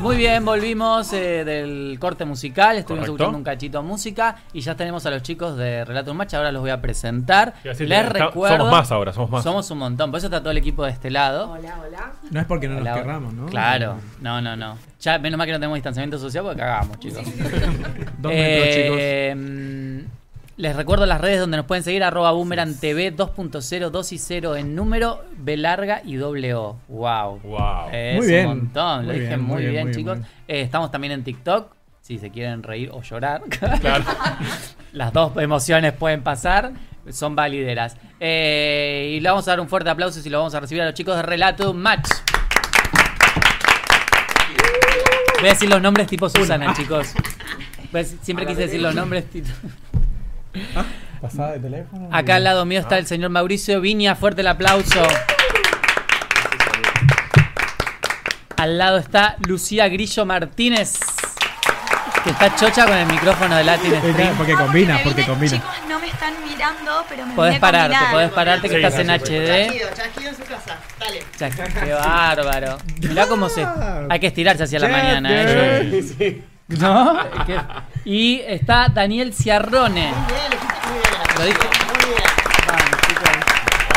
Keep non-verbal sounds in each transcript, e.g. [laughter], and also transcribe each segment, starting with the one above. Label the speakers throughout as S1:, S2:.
S1: Muy bien, volvimos eh, del corte musical, estuvimos
S2: Correcto.
S1: escuchando un cachito de música y ya tenemos a los chicos de Relato en Marcha, ahora los voy a presentar.
S2: Iba a decir,
S1: Les
S2: está-
S1: recuerdo...
S2: somos más ahora, somos más.
S1: Somos un montón, por eso está todo el equipo de este lado.
S3: Hola, hola.
S4: No es porque no
S1: Hola.
S4: nos querramos, ¿no?
S1: Claro, no, no, no. Ya, menos mal que no tenemos distanciamiento social porque cagamos, chicos.
S4: [laughs] Dos metros, chicos.
S1: Eh, mm, Les recuerdo las redes donde nos pueden seguir, arroba boomerang TV 2.0, 2 y 0 en número, B larga y doble O. Wow.
S2: Wow.
S1: Es
S4: Muy bien.
S1: un montón, lo
S4: Muy
S1: dije
S4: bien,
S1: muy
S4: muy
S1: bien,
S4: bien, muy
S1: chicos.
S4: bien.
S1: Eh, estamos también en TikTok, si se quieren reír o llorar. [laughs]
S2: Claro.
S1: Las dos emociones pueden pasar, son válideras. Eh, y le vamos a dar un fuerte aplauso y lo vamos a recibir a los chicos de Relato Match. Voy a decir los nombres tipo Susana, chicos. Voy a decir- Siempre quise decir los nombres. tipo-
S4: Pasada de teléfono.
S1: Acá al lado mío está el señor Mauricio Viña, fuerte el aplauso. Al lado está Lucía Grillo Martínez, que está chocha con el micrófono de Latin
S4: Eh,
S1: Stream.
S4: claro, porque combina,
S5: Ah, me
S4: porque
S5: vine-
S4: combina.
S5: Chicos, no me están mirando, pero me
S1: Podés
S5: vine a
S1: pararte,
S5: combinar.
S1: podés pararte que
S2: Sí,
S1: estás en
S2: gracias,
S1: HD.
S3: Chasquido, chasquido en su casa. Dale.
S1: Ya, Qué bárbaro. Mirá cómo se. Hay que estirarse hacia la
S4: Ya,
S1: mañana, ¿eh?
S4: bien.
S1: ¿No? ¿Qué? Y está Daniel Ciarrone.
S3: Muy bien, lo hiciste muy bien.
S1: Lo dije.
S3: Muy bien.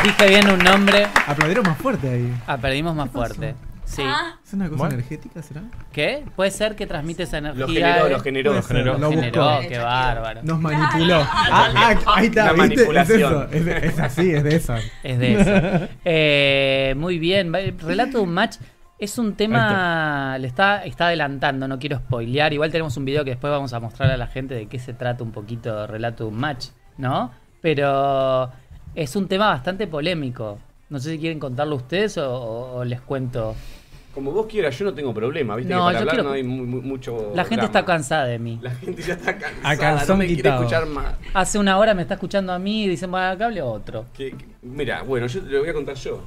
S1: Dije bien un nombre.
S4: Aplaudieron más fuerte ahí.
S1: Ah, perdimos más fuerte. Sí.
S5: Ah,
S4: ¿Es una cosa
S2: Bueno.
S4: energética, será?
S1: ¿Qué? Puede ser que transmite esa energía.
S6: Lo generó,
S1: eh?
S6: lo generó.
S4: Puede ser,
S2: generó.
S4: Lo
S1: Generó,
S4: buscó.
S1: qué bárbaro.
S4: Nos manipuló. Ah, ah, ahí está,
S6: Una
S4: ¿viste? Es eso.
S6: manipulación.
S4: Es, de- es así, es
S1: [laughs]
S4: de esa.
S1: Es de eso.
S4: [laughs]
S1: Eh, muy bien. Va- Relato de un match es un tema. Le está, está adelantando, no quiero spoilear. Igual tenemos un video que después vamos a mostrar a la gente de qué se trata un poquito Relato de un match, ¿no? Pero es un tema bastante polémico. No sé si quieren contarlo ustedes o, o- o les cuento.
S6: Como vos quieras, yo no tengo problema, ¿viste?
S1: No,
S6: que para
S1: yo
S6: hablar
S1: quiero-
S6: no hay mu- mu- mucho.
S1: La gente
S6: drama.
S1: está cansada de mí.
S6: La gente ya está cansada.
S4: A calzón
S6: no me quiere
S4: quitado.
S6: escuchar más.
S1: Hace una hora me está escuchando a mí y dicen, bueno, acá hable otro.
S6: Que- que- mira, bueno, yo te lo voy a contar yo.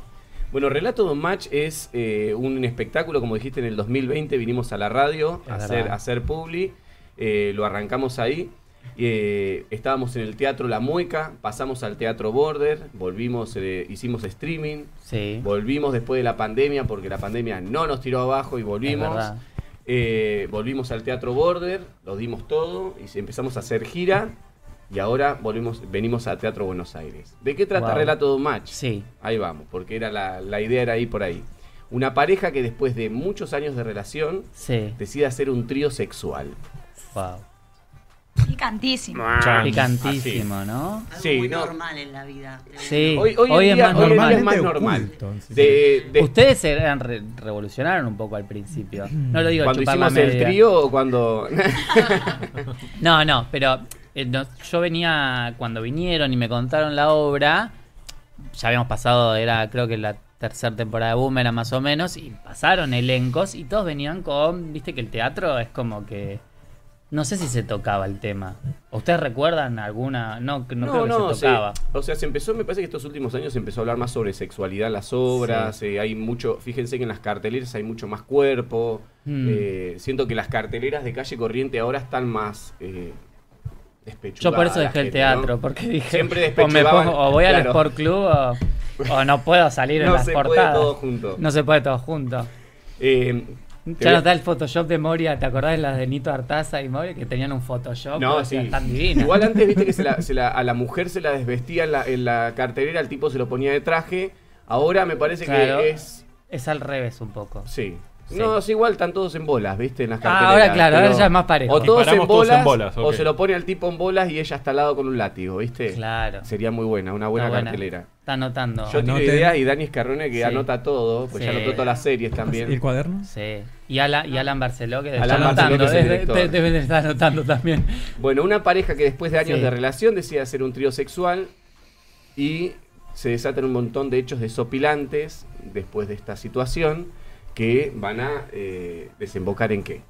S6: Bueno, Relato Don Match es eh, un espectáculo, como dijiste, en el 2020 vinimos a la radio
S1: Es
S6: a
S1: verdad.
S6: hacer, a hacer publi, eh, lo arrancamos ahí. eh, estábamos en el Teatro La Mueca, pasamos al Teatro Border, volvimos, eh, hicimos streaming,
S1: Sí.
S6: volvimos después de la pandemia porque la pandemia no nos tiró abajo y
S1: es
S6: volvimos.
S1: verdad.
S6: Eh, volvimos al Teatro Border, lo dimos todo y se- empezamos a hacer gira y ahora volvimos, venimos a Teatro Buenos Aires. ¿De qué trata
S1: Wow.
S6: Relato de un Match?
S1: Sí.
S6: Ahí vamos, porque era la, la idea era ir por ahí. Una pareja que después de muchos años de relación
S1: Sí.
S6: decide hacer un trío sexual.
S1: Wow.
S5: picantísimo.
S2: Chan.
S1: Picantísimo, ¿no?
S3: Algo
S6: Sí,
S3: muy
S6: no.
S3: normal en la vida.
S1: Sí.
S6: Hoy, hoy en
S1: Hoy es
S6: día-
S1: más
S6: hoy en día
S1: normal.
S6: es más normal.
S4: Normalmente oculto, sí, sí.
S6: De- de-
S1: Ustedes eran re- revolucionaron un poco al principio. No lo digo
S6: cuando
S1: chupar la
S6: hicimos el
S1: media.
S6: trío, cuando...
S1: No, no, pero eh, no, yo venía cuando vinieron y me contaron la obra. Ya habíamos pasado, era creo que la tercera temporada de Boom era más o menos y pasaron elencos y todos venían con, viste que el teatro es como que no sé si se tocaba el tema. ¿Ustedes recuerdan alguna? No, que- no, creo que se
S6: se-
S1: tocaba.
S6: o sea, se empezó, me parece que estos últimos años se empezó a hablar más sobre sexualidad en las obras. eh, hay mucho, fíjense que en las carteleras hay mucho más cuerpo.
S1: Mm.
S6: eh, siento que las carteleras de calle corriente ahora están más eh, despechugadas.
S1: Yo por eso
S6: la
S1: dejé el
S6: gente, ¿no?
S1: teatro, porque dije, o,
S6: Siempre
S1: me
S6: despechugaban,
S1: pongo- o voy al
S6: claro.
S1: Sport Club o, o no puedo salir en
S6: No
S1: las
S6: se puede
S1: portadas.
S6: todo junto.
S1: No se puede todo junto.
S6: Eh, te
S1: Ya
S6: voy a-
S1: nos da el Photoshop de Moria, ¿te acordás de las de Nito Artaza y Moria que tenían un Photoshop?
S6: No,
S1: O sea,
S6: sí.
S1: Tan divino.
S6: Igual antes viste que se
S1: [laughs]
S6: la- se la- a la mujer se la desvestía en la, en la cartelera, el tipo se lo ponía de traje. Ahora me parece
S1: Claro.
S6: que es
S1: Es al revés un poco.
S6: Sí.
S1: Sí.
S6: No, es igual, están todos en bolas, ¿viste? En las
S1: Ah,
S6: carteleras.
S1: ahora claro, ahora
S6: pero-
S1: ya es más parejo.
S6: O todos en
S2: Disparamos
S6: bolas,
S2: todos en bolas,
S6: o
S2: ok.
S6: se lo pone al tipo en bolas y ella está al lado con un látigo, ¿viste?
S1: Claro.
S6: Sería muy buena, una buena
S1: Está
S6: cartelera.
S1: Está anotando.
S6: Yo tiro
S4: Anoten.
S6: ideas y Dani Escarrone que
S1: Sí.
S6: anota todo, pues ya
S1: Sí.
S6: anotó todas las series también.
S4: ¿Y el cuaderno?
S1: Sí. Y Alan, y Alan Barceló que está
S6: Alan
S1: anotando.
S6: Barceló, que es el
S1: debe-
S6: director.
S1: de- debe de estar anotando también.
S6: Bueno, una pareja que después de años
S1: Sí.
S6: de relación decide hacer un trío sexual y se desatan un montón de hechos desopilantes después de esta situación que van a eh, desembocar en qué.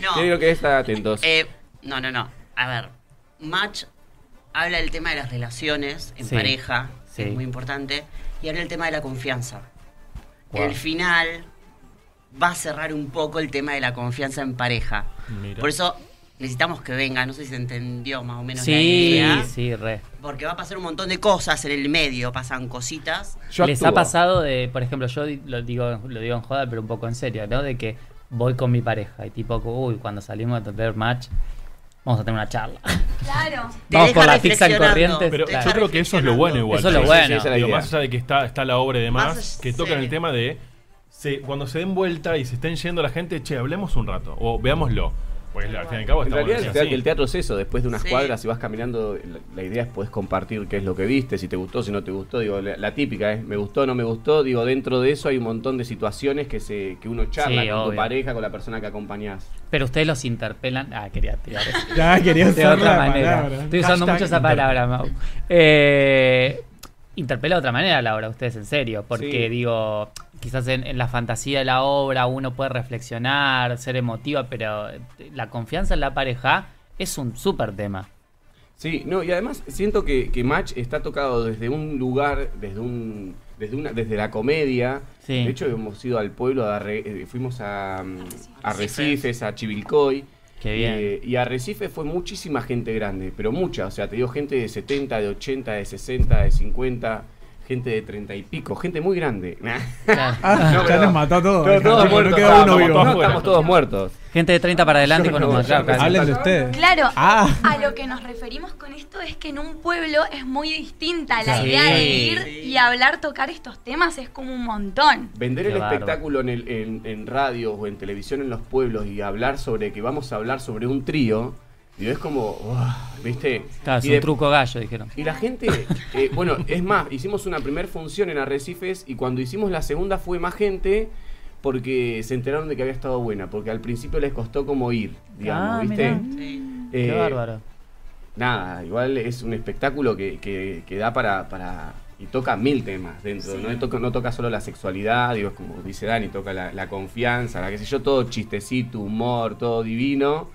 S3: No.
S6: Tienen que estar atentos.
S3: Eh, no, no, no. A ver, Match habla del tema de las relaciones en
S1: Sí.
S3: pareja, que
S1: Sí.
S3: es muy importante, y habla del tema de la confianza.
S1: Guau.
S3: El final va a cerrar un poco el tema de la confianza en pareja.
S2: Mira.
S3: Por eso necesitamos que venga, no sé si se entendió más o menos. la
S1: Sí,
S3: idea,
S1: sí, re.
S3: Porque va a pasar un montón de cosas en el medio, pasan cositas.
S6: Yo
S1: Les
S6: actúo.
S1: ha pasado de, por ejemplo, yo di- lo digo, lo digo en joda, pero un poco en serio, ¿no? De que voy con mi pareja y tipo, uy, cuando salimos a tener match, vamos a tener una charla. [laughs]
S5: Claro.
S3: Te
S1: Vamos
S3: deja
S1: por la pizza en
S3: reflexionando,
S1: Corrientes.
S2: Pero
S3: te
S1: Claro.
S3: deja
S2: yo creo que eso es lo bueno igual.
S1: Eso es lo
S2: Sí, sí,
S1: bueno.
S2: sí, esa es la
S6: Digo,
S2: idea.
S6: más allá de que está, está la obra y demás,
S3: Más allá-
S2: que tocan
S3: sí.
S2: el tema de se- cuando se den vuelta y se estén yendo la gente, che, hablemos un rato o veámoslo. Pues al fin y al cabo
S6: En
S2: estamos
S6: realidad el
S2: así.
S6: teatro, el teatro es eso, después de unas
S3: Sí.
S6: cuadras si vas caminando, la, la idea es podés compartir qué es lo que viste, si te gustó, si no te gustó, digo, la, la típica es, me gustó, no me gustó, digo, dentro de eso hay un montón de situaciones que se que uno charla
S1: Sí,
S6: con tu
S1: obvio.
S6: pareja, con la persona que acompañás.
S1: Pero ustedes los interpelan. Ah, quería tirar eso.
S4: Ya [laughs] quería
S1: De
S4: usar
S1: otra
S4: la
S1: manera.
S4: palabra.
S1: Estoy usando
S4: Hashtag
S1: mucho esa
S4: interpel-
S1: palabra, Mau. Eh, interpela de otra manera la obra, ustedes en serio. Porque
S6: Sí.
S1: digo, quizás en, en la fantasía de la obra uno puede reflexionar, ser emotiva, pero eh, la confianza en la pareja es un súper tema.
S6: Sí, no, y además siento que, que Match está tocado desde un lugar, desde un desde una desde la comedia.
S1: Sí.
S6: De hecho, hemos ido al pueblo, a Arre- eh, fuimos a, mm, a Recifes,
S3: Arrecifes.
S6: a Chivilcoy.
S1: Qué bien.
S6: Eh, y a Recife fue muchísima gente grande, pero mucha. O sea, te digo gente de 70, de 80, de 60, de 50, gente de 30 y pico, gente muy grande. [laughs]
S1: Claro.
S4: [laughs] Ah,
S6: No,
S4: ya
S6: pero-
S4: nos mató a todos.
S6: Todos
S4: No
S6: muertos.
S4: queda
S6: Ah,
S4: uno
S6: estamos
S4: vivo.
S6: todos- no,
S2: afuera.
S6: estamos todos muertos.
S1: Gente de 30 para adelante
S6: Yo
S1: con
S6: no,
S1: los
S6: yo no
S1: claro,
S4: Hablen de ustedes.
S5: Claro,
S4: Ah.
S5: a lo que nos referimos con esto es que en un pueblo es muy distinta la
S1: Sí.
S5: idea de ir
S3: Sí.
S5: y hablar, tocar estos temas es como un montón.
S6: Vender
S1: Qué
S6: el
S1: bárbaro.
S6: espectáculo en, el- en- en radio o en televisión en los pueblos y hablar sobre que vamos a hablar sobre un trío, digo, es como, uah, ¿viste?
S1: Claro, es
S6: y,
S1: un
S6: de-
S1: truco gallo, dijeron.
S6: y la gente, eh, bueno, es más, hicimos una primera función en Arrecifes y cuando hicimos la segunda fue más gente porque se enteraron de que había estado buena, porque al principio les costó como ir, digamos,
S1: Ah,
S6: ¿viste?
S1: mirá.
S3: Sí.
S1: Qué
S6: Eh,
S1: bárbaro.
S6: Nada, igual es un espectáculo que, que- que da para, para- y toca mil temas dentro, ¿no? Toca, no toca solo la sexualidad, digo, es como dice Dani, toca la, la confianza, la qué sé yo, todo chistecito, humor, todo divino.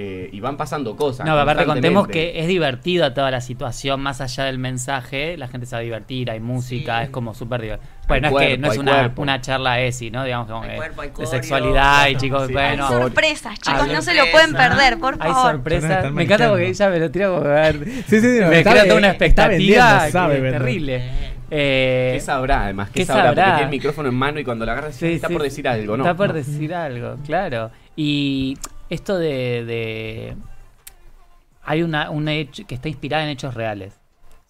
S6: eh, y van pasando cosas.
S1: No, aparte contemos
S6: constantemente.
S1: que es divertida toda la situación, más allá del mensaje, la gente se va a divertir, hay música,
S3: Sí.
S1: es como súper divertido. Bueno, no es que
S6: cuerpo,
S1: no es
S6: hay
S1: una,
S6: cuerpo.
S1: una charla ESI, ¿no? Digamos, como
S3: Hay
S1: que
S3: cuerpo, hay
S1: de
S3: coreo.
S1: sexualidad y chicos,
S6: Sí, hay
S5: Hay
S1: bueno,
S5: sorpresas, chicos,
S1: Hay
S5: no se lo
S3: sorpresas.
S5: pueden perder, por
S1: hay
S5: favor.
S1: sorpresas.
S4: Están
S1: Me encanta porque
S4: manchando.
S1: ella me lo tira como... a ver,
S4: Sí, sí, no,
S1: me
S4: está
S1: crea
S4: ve-
S1: toda una
S4: está
S1: expectativa
S4: vendiendo, sabe
S1: que-
S4: vender.
S1: terrible.
S3: Eh.
S1: Eh,
S6: ¿Qué sabrá además? ¿Qué,
S1: ¿qué
S6: sabrá? Porque
S1: sabrá?
S6: tiene el micrófono en mano y cuando la agarra
S1: Sí,
S6: está
S1: sí,
S6: por
S1: sí.
S6: decir algo, ¿no?
S1: Está por
S6: No.
S1: decir algo, claro. Y esto de. de- Hay una, un hecho que está inspirada en hechos reales.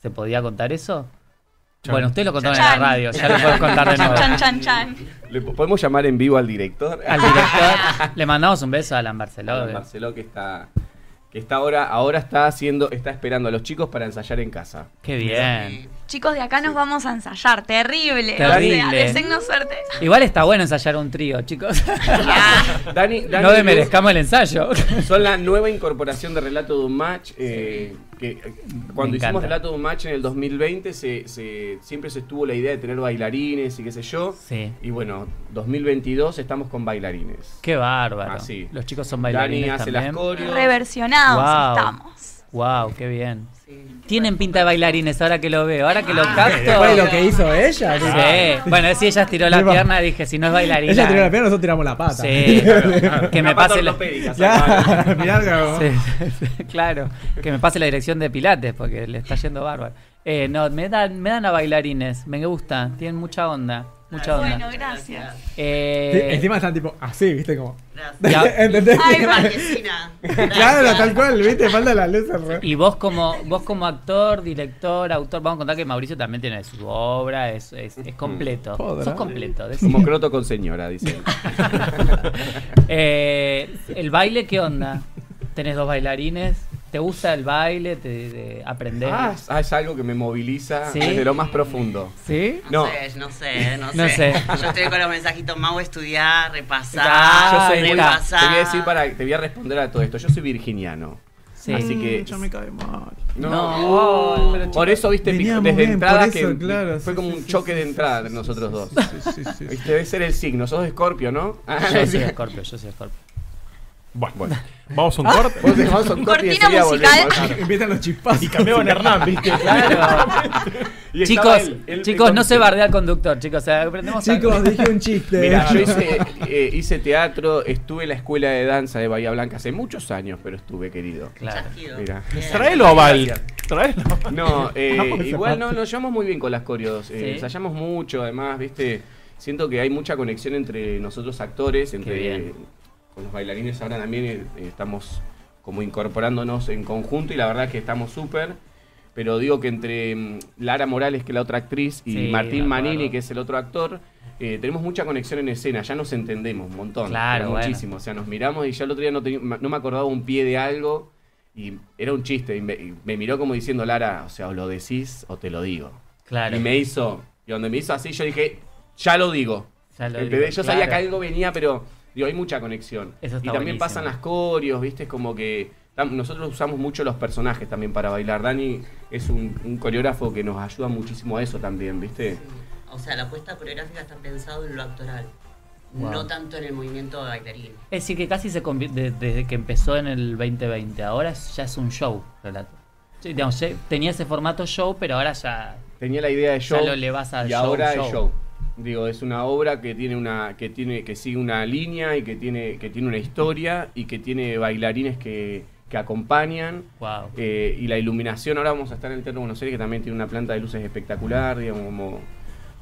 S1: ¿Se podía contar eso?
S2: Chan.
S1: Bueno, ustedes lo contaron
S5: Chan.
S1: en la radio, ya lo puedo contar de
S5: Chan,
S1: nuevo.
S5: chan, chan, chan.
S6: ¿Le po- podemos llamar en vivo al director? [laughs]
S1: Al director le mandamos un beso a Alan Barceló.
S6: Alan Barceló que está que está ahora ahora está haciendo está esperando a los chicos para ensayar en casa.
S1: Qué bien.
S5: Chicos, de acá nos vamos a ensayar, terrible. O sea,
S1: Terrible.
S5: deseennos suerte.
S1: [laughs] Igual está bueno ensayar un trío, chicos.
S6: Dani, Dani
S1: no
S6: y Luz
S1: demerezcamos el
S6: [laughs]
S1: ensayo.
S6: Son la nueva incorporación de Relato de un Match. eh, que, eh, cuando
S1: Me encanta.
S6: hicimos Relato de un Match en el 2020, se, se- siempre se estuvo la idea de tener bailarines y qué sé yo.
S1: Sí.
S6: Y bueno, 2022 estamos con bailarines.
S1: Qué bárbaro.
S6: Ah, sí.
S1: Los chicos son bailarines.
S6: Dani hace las
S1: también.
S6: coreos.
S5: Reversionados
S1: Wow.
S5: estamos.
S1: Wow, qué bien.
S3: Sí.
S1: Tienen pinta de bailarines ahora que lo veo, ahora que lo capto.
S4: Ah. Después de lo que hizo ella.
S1: Sí. Bueno, si ella estiró la
S4: Eva.
S1: pierna, dije, si no es bailarina.
S4: Ella tiró la pierna, nosotros tiramos la pata. [laughs]
S1: Sí. que me
S6: Una pata
S1: pase la...
S6: ortopédica,
S4: Ya,
S6: sacala.
S4: [laughs] mirá, cabrón.
S1: [laughs] Sí, sí, sí, claro, que me pase la dirección de Pilates porque le está yendo bárbaro. Eh, no, me dan, me dan a bailarines, me gusta, tienen mucha onda, mucha
S5: Bueno,
S1: onda.
S5: gracias.
S1: Eh,
S4: Sí, E-, Encima están tipo así, viste, como.
S3: Gracias.
S1: Ya.
S4: [laughs] ¿Entendés?
S5: Ay,
S3: Qué [laughs] marquesina.
S4: Claro,
S3: Gracias.
S4: tal cual, viste, falta la luz. re-
S1: Y vos como, vos como actor, director, autor, vamos a contar que Mauricio también tiene su obra, es, es, es completo.
S4: Podrá.
S1: Sos completo. decime.
S6: Como croto con señora, dice.
S1: Eh, el baile, ¿qué onda? Tenés dos bailarines. ¿Te gusta el baile? ¿Te de- aprender?
S6: Ah, es- ah, es algo que me moviliza
S1: Sí.
S6: desde lo más profundo.
S1: ¿Sí?
S6: No.
S3: No sé, no sé, no sé.
S1: No sé.
S3: Yo estoy con los mensajitos, Mau, estudiar, repasar.
S1: Ah,
S6: Yo soy
S1: ahí
S6: muy-
S1: está.
S6: Te voy a decir
S3: repasar.
S6: para, te voy a responder a todo esto. Yo soy virginiano.
S1: Sí.
S6: Así que. No.
S1: No.
S6: Oh, pero por eso viste pic-
S4: Veníamos
S6: desde
S4: bien,
S6: entrada
S4: por eso,
S6: que
S4: claro,
S6: fue
S4: sí,
S6: como
S4: sí,
S6: un
S4: sí,
S6: choque
S4: sí,
S6: de
S4: sí,
S6: entrada
S4: sí,
S6: de
S4: sí,
S6: nosotros
S4: sí,
S6: dos.
S4: sí, sí, sí, sí.
S6: Debe ser el signo, sos escorpio, ¿no?
S1: Yo soy escorpio, yo soy escorpio.
S2: Bueno,
S6: Bueno.
S2: vamos a un corte.
S6: Vos dejabas un corte y
S5: Cortina
S6: enseguida
S5: musical.
S6: volvemos, [laughs] claro.
S4: [laughs] Empiezan los chispazos.
S2: Y
S4: [laughs]
S2: cambiaban Hernán, ¿viste?
S1: [laughs] Claro.
S6: Y estaba
S1: chicos,
S6: él, él-
S1: chicos, no
S6: entonces-
S1: se bardea al conductor, chicos. O sea, aprendemos a-
S4: Chicos, dije un chiste. [laughs]
S6: Mira, yo hice, eh, hice teatro, estuve en la escuela de danza de Bahía Blanca hace muchos años, pero estuve, querido.
S1: Claro.
S6: Mira.
S2: Traelo a Val. Traelo.
S4: [laughs]
S6: No, eh,
S4: Vamos a
S6: igual
S4: parte.
S6: no, nos llevamos muy bien con las coreos. Eh,
S1: Sí.
S6: Ensayamos mucho, además, viste. Siento que hay mucha conexión entre nosotros actores, entre
S1: bien.
S6: con los bailarines ahora también eh, estamos como incorporándonos en conjunto y la verdad que estamos súper. Pero digo que entre mm, Lara Morales, que es la otra actriz, y
S1: Sí, me
S6: Martín
S1: acuerdo.
S6: Manini, que es el otro actor, eh, tenemos mucha conexión en escena, ya nos entendemos un montón.
S1: Claro,
S6: pero
S1: bueno.
S6: muchísimo. O sea, nos miramos y ya el otro día no, teni- ma- no me acordaba un pie de algo y era un chiste. Y me, y me miró como diciendo, Lara, o sea, o lo decís o te lo digo.
S1: Claro.
S6: Y me hizo, y cuando me hizo así, yo dije, ya lo digo.
S1: Ya lo
S6: ¿Entendés?
S1: digo,
S6: yo sabía que
S1: claro.
S6: algo venía, pero digo, hay mucha conexión.
S1: Eso está
S6: y también
S1: buenísimo.
S6: pasan las corios, ¿viste? Es como que tam- nosotros usamos mucho los personajes también para bailar. Dani es un, un coreógrafo que nos ayuda muchísimo a eso también, ¿viste?
S3: O sea, la apuesta coreográfica está pensado en lo actoral,
S1: Wow.
S3: no tanto en el movimiento de bailarín.
S1: Es decir, que casi se convi- de- desde que empezó en el 2020, ahora es- ya es un show, relato. Sí, digamos, ya tenía ese formato show, pero ahora ya.
S6: Tenía la idea de
S1: Ya
S6: show
S1: lo elevás al
S6: y
S1: show,
S6: ahora
S1: show.
S6: es show. Digo, es una obra que tiene una que tiene que sigue una línea y que tiene que tiene una historia y que tiene bailarines que, que acompañan
S1: ¡Wow!
S6: Eh, y la iluminación, ahora vamos a estar en el Teatro Buenos Aires, que también tiene una planta de luces espectacular, digamos, como...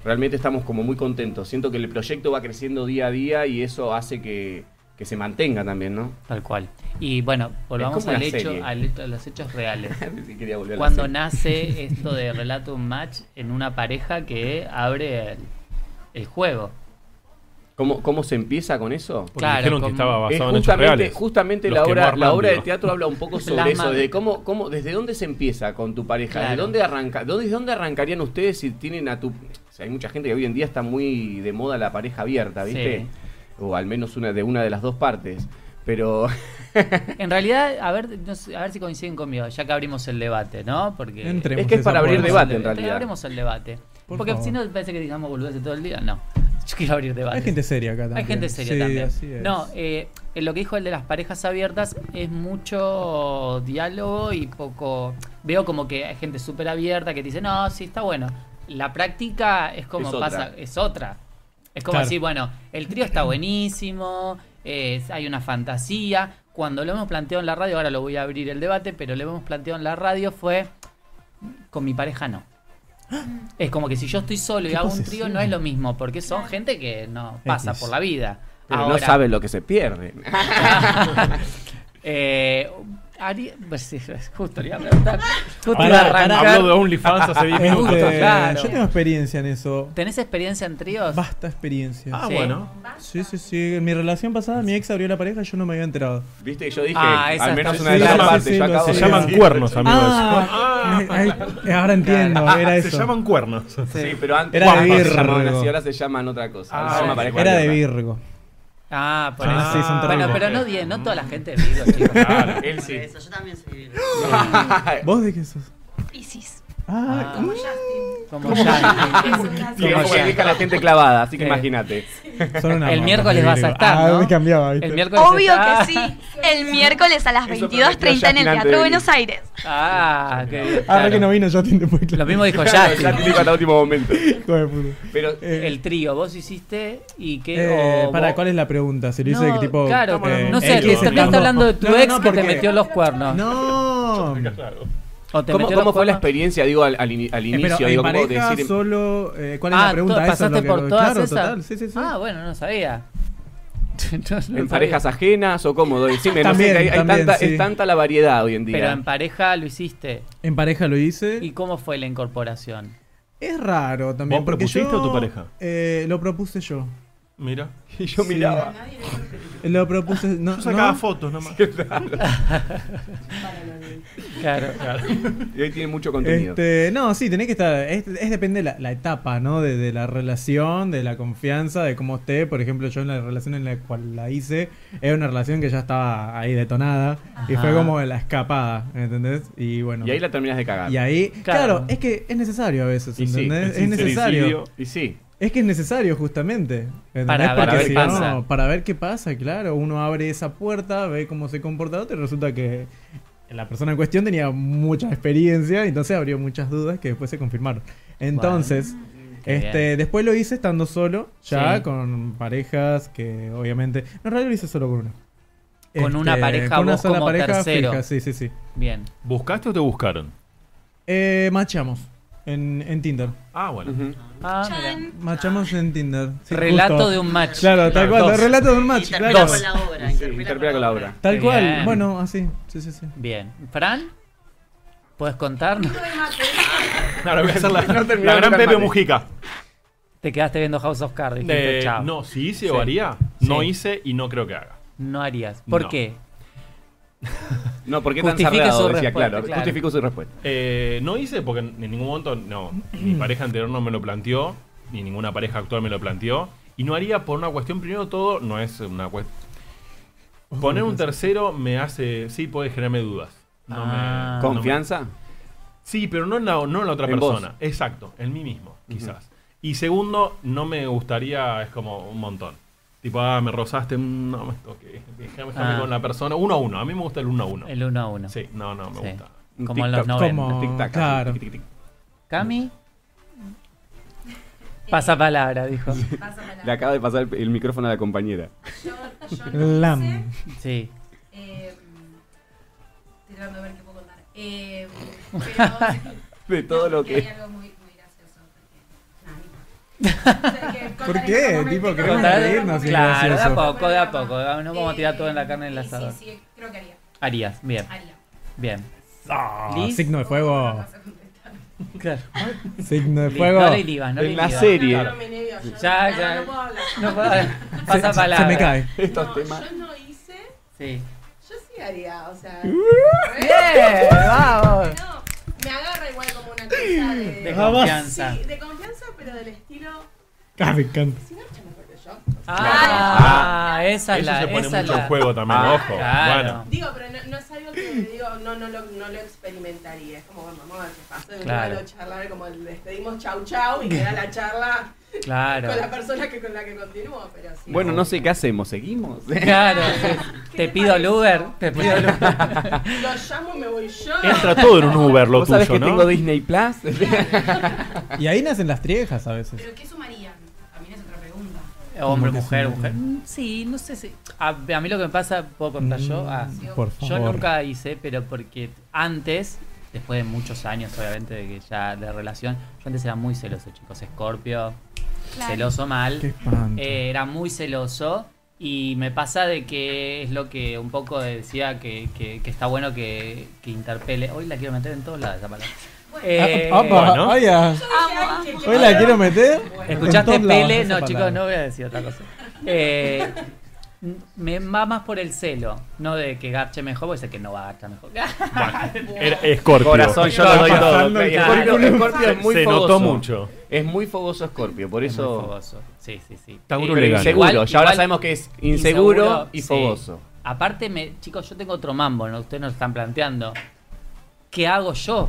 S6: Realmente estamos como muy contentos. Siento que el proyecto va creciendo día a día y eso hace que, que se mantenga también, ¿no? [laughs]
S1: Tal cual. Y bueno, volvamos
S6: como
S1: al
S6: una
S1: hecho,
S6: serie.
S1: al hecho- a los hechos reales.
S6: [laughs] Sí, quería volver a la
S1: Cuando
S6: serie. [laughs]
S1: nace esto de Relatum Match en una pareja que abre el, el juego.
S6: ¿Cómo, ¿Cómo se empieza con eso?
S2: Porque
S1: Claro,
S2: dijeron
S1: con-
S2: que estaba
S6: Es
S2: basado en hechos
S6: justamente,
S2: reales.
S6: justamente
S2: Los
S6: la,
S2: quemó
S6: obra, la
S2: Hernán,
S6: obra de
S2: digo.
S6: teatro habla un poco
S1: Las
S6: sobre eso,
S1: madres.
S6: de cómo, cómo, desde dónde se empieza con tu pareja, de
S1: Claro.
S6: dónde arranca, dónde, dónde arrancarían ustedes si tienen a tu. o sea, hay mucha gente que hoy en día está muy de moda la pareja abierta, ¿viste?
S1: Sí.
S6: O al menos una de una de las dos partes.
S2: [laughs]
S6: Pero
S1: En realidad, a ver, no sé- a ver si coinciden conmigo, ya que abrimos el debate, ¿no? Porque
S4: Entremos
S6: es que es
S4: en
S6: para
S4: esa
S6: abrir
S4: puerta.
S6: debate, en
S1: Entonces,
S6: realidad.
S1: Abremos el debate.
S4: Por
S1: Porque
S4: favor.
S1: si no parece que digamos boludeces todo el día, no. Yo quiero abrir debate.
S4: Hay gente seria acá también.
S1: Hay gente seria
S4: Sí,
S1: también.
S4: así es.
S1: No, eh, en lo que dijo el de las parejas abiertas es mucho diálogo y poco. Veo como que hay gente súper abierta que te dice, no, sí, está bueno. La práctica es como
S6: Es otra.
S1: pasa, es otra. Es como
S4: Claro.
S1: decir, bueno, el trío está buenísimo, es- hay una fantasía. Cuando lo hemos planteado en la radio, ahora lo voy a abrir el debate, pero lo hemos planteado en la radio fue con mi pareja no. Es como que si yo estoy solo y
S4: Qué
S1: hago un
S4: posesión.
S1: trío no es lo mismo, porque son gente que no pasa
S4: X.
S1: por la vida.
S6: pero no
S1: Ahora,
S6: saben lo que se pierden.
S1: eh, haría- pues sí, justo le iba a preguntar. Justo
S4: Pará,
S1: iba a
S4: pará.
S1: arrancar.
S2: Habló de OnlyFans hace
S4: [laughs]
S6: Ah,
S2: 10
S4: Este,
S2: minutos.
S1: Claro.
S4: Yo tengo experiencia en eso.
S1: ¿Tenés experiencia en tríos?
S4: Basta experiencia.
S2: Ah,
S1: Sí.
S2: bueno.
S4: Sí, sí, sí. En mi relación pasada, mi ex abrió la pareja y yo no me había enterado.
S6: [laughs] Viste que yo dije,
S1: Ah, esa
S6: al menos
S1: está-
S6: una de
S4: sí,
S6: las
S4: sí,
S6: partes.
S4: sí,
S6: yo
S4: lo
S2: Se
S6: acabo
S4: Sí. Ah,
S6: de-
S2: llaman cuernos, amigos. Ah,
S1: Ah,
S4: Ay, ay, ahora entiendo.
S6: Ah,
S4: Era
S2: Se
S4: eso.
S2: llaman cuernos.
S6: Sí, pero antes
S4: Era de
S6: se llamaban
S4: Virgo.
S6: así, ahora se llaman otra cosa. ahora se
S2: Ah,
S6: llama pareja
S4: Era de
S6: abierta.
S4: Virgo.
S1: Ah, por
S4: Sí,
S1: eso.
S4: sí, son
S1: bueno,
S4: terribles.
S1: pero no, die- no toda la gente de Virgo, chicos.
S2: Claro.
S6: Él sí.
S3: Eso, yo
S2: [laughs]
S3: también soy.
S4: ¿Vos de qué sos?
S5: Piscis.
S1: Ah,
S4: Ah, ¿cómo?
S1: Como ya.
S6: Sí, es que
S1: Como
S6: deja a la gente clavada, así que
S4: Eh,
S1: Sí.
S6: imagínate.
S4: Son una
S1: El
S4: manga,
S1: miércoles vas a
S4: Virgo.
S1: estar,
S4: Ah,
S1: ¿no?
S4: me cambiaba. ¿viste?
S1: El miércoles
S5: Obvio
S1: está-
S5: que sí. El miércoles a las
S6: Eso
S5: 22.30 en
S6: prometió
S5: el
S6: Jackie antes
S5: Teatro
S6: de
S5: Buenos Aires.
S1: Ah, qué bien,
S4: Ah,
S1: claro.
S4: re que no vino Justin después.
S1: Lo mismo
S4: [laughs]
S1: dijo
S6: Claro,
S1: Justin.
S6: ya te digo hasta el último momento.
S4: Hijo de puta.
S6: Pero
S4: Eh,
S1: El trío, vos hiciste y qué.
S4: Eh,
S1: o
S4: para,
S1: vos-
S4: ¿cuál es la pregunta? ¿Se lo hice
S1: No,
S4: de que tipo.?
S1: Claro,
S2: eh,
S1: no sé,
S2: X es
S1: te
S2: el
S1: terminaste
S2: mismo.
S1: hablando de tu
S4: No, no,
S1: ex
S4: no,
S1: que te
S4: porque-
S1: metió los cuernos.
S4: [laughs] No.
S2: eh,
S1: O te
S6: ¿Cómo,
S1: metió
S6: cómo
S1: los
S6: fue la
S1: cuernos.
S6: experiencia, digo, al, al ini- al
S4: Eh,
S6: inicio?
S4: pero
S6: digo,
S4: en
S6: ¿cómo
S4: pareja
S6: decir-
S4: solo. eh, ¿Cuál es
S1: Ah,
S4: la pregunta?
S1: to-
S4: Eso es
S1: pasaste
S4: lo que-
S1: por todas
S4: claro,
S1: esas.
S4: Total. Sí, sí, sí.
S1: Ah, bueno, no sabía. No
S4: [laughs]
S6: ¿En
S1: sabía.
S6: parejas ajenas o cómo? Decime, no sé,
S4: También,
S6: que hay- hay
S4: también,
S6: tanta-
S4: sí.
S6: es tanta la variedad hoy en día.
S1: Pero en pareja lo hiciste.
S4: En pareja lo hice.
S1: ¿Y cómo fue la incorporación?
S4: Es raro también.
S2: ¿Vos
S4: porque
S2: propusiste o
S4: yo,
S2: tu pareja?
S4: Eh, lo propuse yo.
S2: Mira.
S6: y yo
S4: sí.
S6: miraba.
S4: Lo propuse. No,
S2: Ah, Yo sacaba
S4: no.
S2: fotos nomás.
S1: Claro.
S6: Y hoy tiene mucho contenido.
S4: Este, no, sí, tenés que estar. Es, es depende de la, la etapa, ¿no? De, de la relación, de la confianza, de cómo esté. Por ejemplo, yo en la relación en la cual la hice, era una relación que ya estaba ahí detonada. Y fue
S1: Ajá.
S4: como la escapada, ¿entendés? Y bueno.
S6: Y ahí la terminás de cagar.
S4: y ahí-
S1: Claro.
S4: claro. es que es necesario a veces,
S6: Y sí,
S4: ¿entendés?
S2: el
S4: es necesario.
S2: sincericidio.
S6: Y sí.
S4: Es que es necesario, justamente. ¿entendés?
S1: Para ver
S4: Porque
S1: qué
S4: si
S1: pasa.
S4: no, para ver qué pasa, claro. Uno abre esa puerta, ve cómo se comporta otro y resulta que la persona en cuestión tenía mucha experiencia y entonces abrió muchas dudas que después se confirmaron. Entonces,
S1: Qué
S4: este, después lo hice estando solo, ya
S1: Sí.
S4: con parejas que obviamente... No, en realidad lo hice solo con Este, una.
S1: Con una pareja, vos como tercero.
S4: sí, sí, sí.
S1: Bien.
S2: ¿Buscaste o te buscaron?
S4: Eh, machamos en, en Tinder.
S2: Ah, bueno.
S6: Ujú.
S1: Ah, mira.
S5: Chan.
S4: Machamos en Tinder. sí,
S1: Relato
S4: justo.
S1: de un match.
S4: Claro, tal cual,
S1: Dos.
S4: relato de un match,
S3: Interpela
S4: claro.
S3: con la obra.
S6: Sí, interpela con la obra.
S4: Tal
S1: Qué
S4: cual,
S1: bien.
S4: bueno, así. Sí, sí, sí.
S1: Bien. ¿Fran? ¿Puedes contarnos? [laughs]
S2: Ahora voy a hacer la,
S6: No terminamos
S2: la
S6: de
S2: gran
S6: tocar
S2: Pepe
S6: mate.
S2: Mujica.
S1: Te quedaste viendo House of Cards. Dijiste,
S2: Eh,
S1: Este, chao.
S2: no, si hice
S1: Sí.
S2: o haría, no
S1: Sí.
S2: hice y no creo que haga.
S1: No harías. ¿Por
S2: No.
S1: qué?
S6: No, porque tan
S1: Justifique su
S6: cerrado, decía,
S1: respuesta,
S6: claro.
S1: claro.
S6: Justificó su respuesta.
S2: Eh, no hice porque en en ningún momento, no, mi pareja anterior no me lo planteó, ni ninguna pareja actual me lo planteó. Y no haría por una cuestión, primero todo, no es una cuestión... Poner un tercero me hace, sí, puede generarme dudas. No me-
S1: Ah.
S2: no me-
S6: ¿Confianza?
S2: Sí, pero no en la, no en la otra
S6: En vos.
S2: persona. Exacto, en mí mismo, quizás. Y segundo, no me gustaría, es como un montón. Tipo, ah, me rozaste, mm, no me toqué. Déjame déjame
S1: Ah.
S2: con la persona. Uno a uno, a mí me gusta el uno a uno.
S1: El uno a uno.
S2: Sí, no, no, me
S1: Sí.
S2: gusta.
S6: Un
S1: Como en
S6: tic-tac,
S1: los 90.
S4: Como-
S6: tic-tac,
S4: claro.
S6: tic, tic, tic, tic.
S7: Eh.
S1: ¿Cami? Pasa palabra, dijo.
S7: Pásamela.
S6: Le acaba de pasar el, el micrófono a la compañera. [laughs]
S7: Yo, yo lo hice,
S4: Lam.
S1: Sí.
S7: eh, estoy tratando de ver qué puedo contar.
S6: [laughs]
S7: Eh, pero,
S6: De todo lo
S7: Hay
S6: que.
S7: algo muy, muy gracioso. porque- nada, ni- O sea, que contar
S4: ¿Por
S7: en
S4: qué?
S7: algún momento-
S4: Tipo,
S7: contar
S4: queremos
S7: en algún
S4: reírnos y
S7: momento.
S1: Claro, de a
S4: gracioso.
S1: poco, de a poco. No vamos a tirar
S7: Eh,
S1: todo en la carne del
S7: sí,
S1: asador.
S7: Sí, sí, creo que haría.
S1: Harías, bien,
S7: Haría.
S1: bien.
S4: Ah,
S1: Liz.
S4: signo de fuego.
S7: Vas a contestar.
S1: Claro.
S4: Signo de fuego.
S1: No le inhibas, no le
S6: en la
S1: inhibas.
S6: serie.
S7: No, no, me nervio, yo
S1: Ya,
S7: no-
S1: ya.
S7: No puedo hablar.
S1: No puedo-
S4: Se-
S1: Pasa
S4: se-
S1: palabra.
S4: se me cae.
S6: [laughs] Estos
S7: No,
S6: temas.
S7: yo no hice,
S1: Sí.
S7: yo sí haría, o sea.
S4: Uh.
S7: ¿eh?
S1: Bien, vamos.
S7: No, me agarra igual como una cosa de.
S1: De
S4: Vamos.
S1: confianza.
S7: Sí, de confianza, pero del estilo.
S4: [laughs] Ah, me encanta.
S7: Si no, ya mejor que yo.
S1: Ah, esa es
S2: Eso
S1: la.
S2: se pone
S1: esa es
S2: mucho
S1: la...
S2: en juego también,
S1: Ah,
S2: ojo.
S1: claro.
S2: Bueno.
S7: Digo, pero no, no es algo que digo, no, no, lo, no lo experimentaría. Es como, bueno, vamos a ver qué pasa. De
S1: Claro.
S7: lo charlar, como el despedimos chau chau y queda la charla
S1: Claro.
S7: con la persona que, con la que continúo. Pero sí.
S6: Bueno, no sé qué hacemos. ¿Seguimos? [laughs]
S1: Claro. sí. Te
S7: te
S1: pido el
S7: parece?
S1: Uber. Te pido el Uber.
S7: Lo llamo y me voy yo.
S2: Entra todo en un Uber lo
S6: ¿Vos sabés
S2: tuyo,
S6: que
S2: ¿no?
S6: tengo Disney Plus?
S4: Y ahí nacen las triejas a veces.
S7: ¿Pero qué sumarían? También es otra pregunta.
S1: Hombre,
S4: Como que
S1: mujer,
S4: sí.
S1: mujer. Mm, Sí, no sé si. A, a mí lo que me pasa, ¿puedo contar yo? Ah,
S4: Mm, Por favor.
S1: Yo nunca hice, pero porque antes, después de muchos años, obviamente, de que ya de relación, yo antes era muy celoso, chicos. Escorpio,
S5: Claro.
S1: celoso mal.
S4: Qué espanto.
S1: Eh, era muy celoso y me pasa de que es lo que un poco decía que, que- que está bueno que, que interpele. Hoy la quiero meter en todos lados esa palabra. Eh,
S4: Ah, apa,
S2: bueno.
S4: oiga. Hoy la quiero meter.
S1: ¿Escuchaste
S4: En todos lados
S1: Pele?
S4: esa
S1: No, chicos,
S4: palabra.
S1: no voy a decir otra cosa. Eh, n- me va más por el celo, no de que garche mejor, porque sé que no va a garchar
S6: [laughs]
S1: mejor.
S2: Era Scorpio.
S6: Corazón, yo lo doy todo.
S4: Pasando el
S6: Scorpio, Scorpio es muy
S2: se
S6: fogoso.
S2: notó mucho.
S6: [laughs] Es muy fogoso Scorpio, por
S1: Es muy
S6: eso.
S1: fogoso. Sí, sí, sí.
S2: Tauro
S6: Pero
S2: Legal.
S6: inseguro.
S1: Igual-
S6: ya ahora
S1: igual-
S6: sabemos que es inseguro, y
S1: sí.
S6: fogoso.
S1: Aparte, me, chicos, yo tengo otro mambo, ¿no? ustedes nos están planteando. ¿Qué hago yo?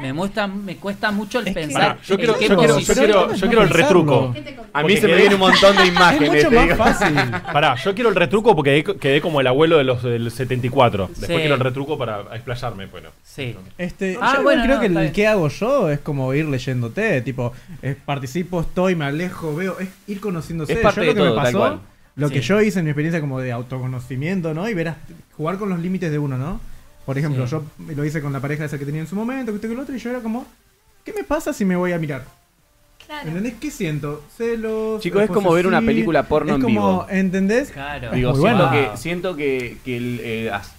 S1: Me, muestra, me cuesta mucho el pensar.
S2: Pará, yo
S1: en
S2: quiero,
S1: Eh, qué
S2: yo quiero, yo
S1: posición-
S2: quiero, yo quiero el retruco.
S7: ¿Qué te contó?
S6: A mí
S2: Porque
S6: se me
S2: quedé-
S6: viene un montón de
S4: Es
S6: imágenes.
S4: mucho
S6: te
S4: más
S6: digo.
S4: fácil.
S2: Pará, yo quiero el retruco porque quedé- quedé como el abuelo de los del 74. Después
S1: Sí.
S2: quiero el retruco para explayarme, bueno.
S1: Sí.
S4: Este,
S1: Ah,
S4: yo
S1: bueno,
S4: creo
S1: no,
S4: que
S1: está
S4: el
S1: bien.
S4: que hago yo es como ir leyéndote, tipo, eh, participo, estoy, me alejo, veo, es ir conociéndose.
S6: Es parte
S4: yo lo
S6: de
S4: que
S6: todo,
S4: me
S6: tal
S4: pasó,
S6: cual.
S4: lo que
S1: Sí.
S4: yo hice en mi experiencia como de autoconocimiento, ¿no? Y verás, jugar con los límites de uno, ¿no? Por ejemplo,
S1: Sí.
S4: yo lo hice con la pareja esa que tenía en su momento, que esto que el otro, y yo era como, ¿qué me pasa si me voy a mirar?
S5: Claro.
S4: ¿Entendés? ¿Qué siento? Celos.
S6: Chicos, es como ver una película porno
S4: es
S6: en
S4: como,
S6: vivo.
S4: ¿Entendés?
S1: Claro. Ah.
S6: Digo,
S4: Muy
S6: siento,
S4: bueno.
S6: que, siento que, que el, eh, as-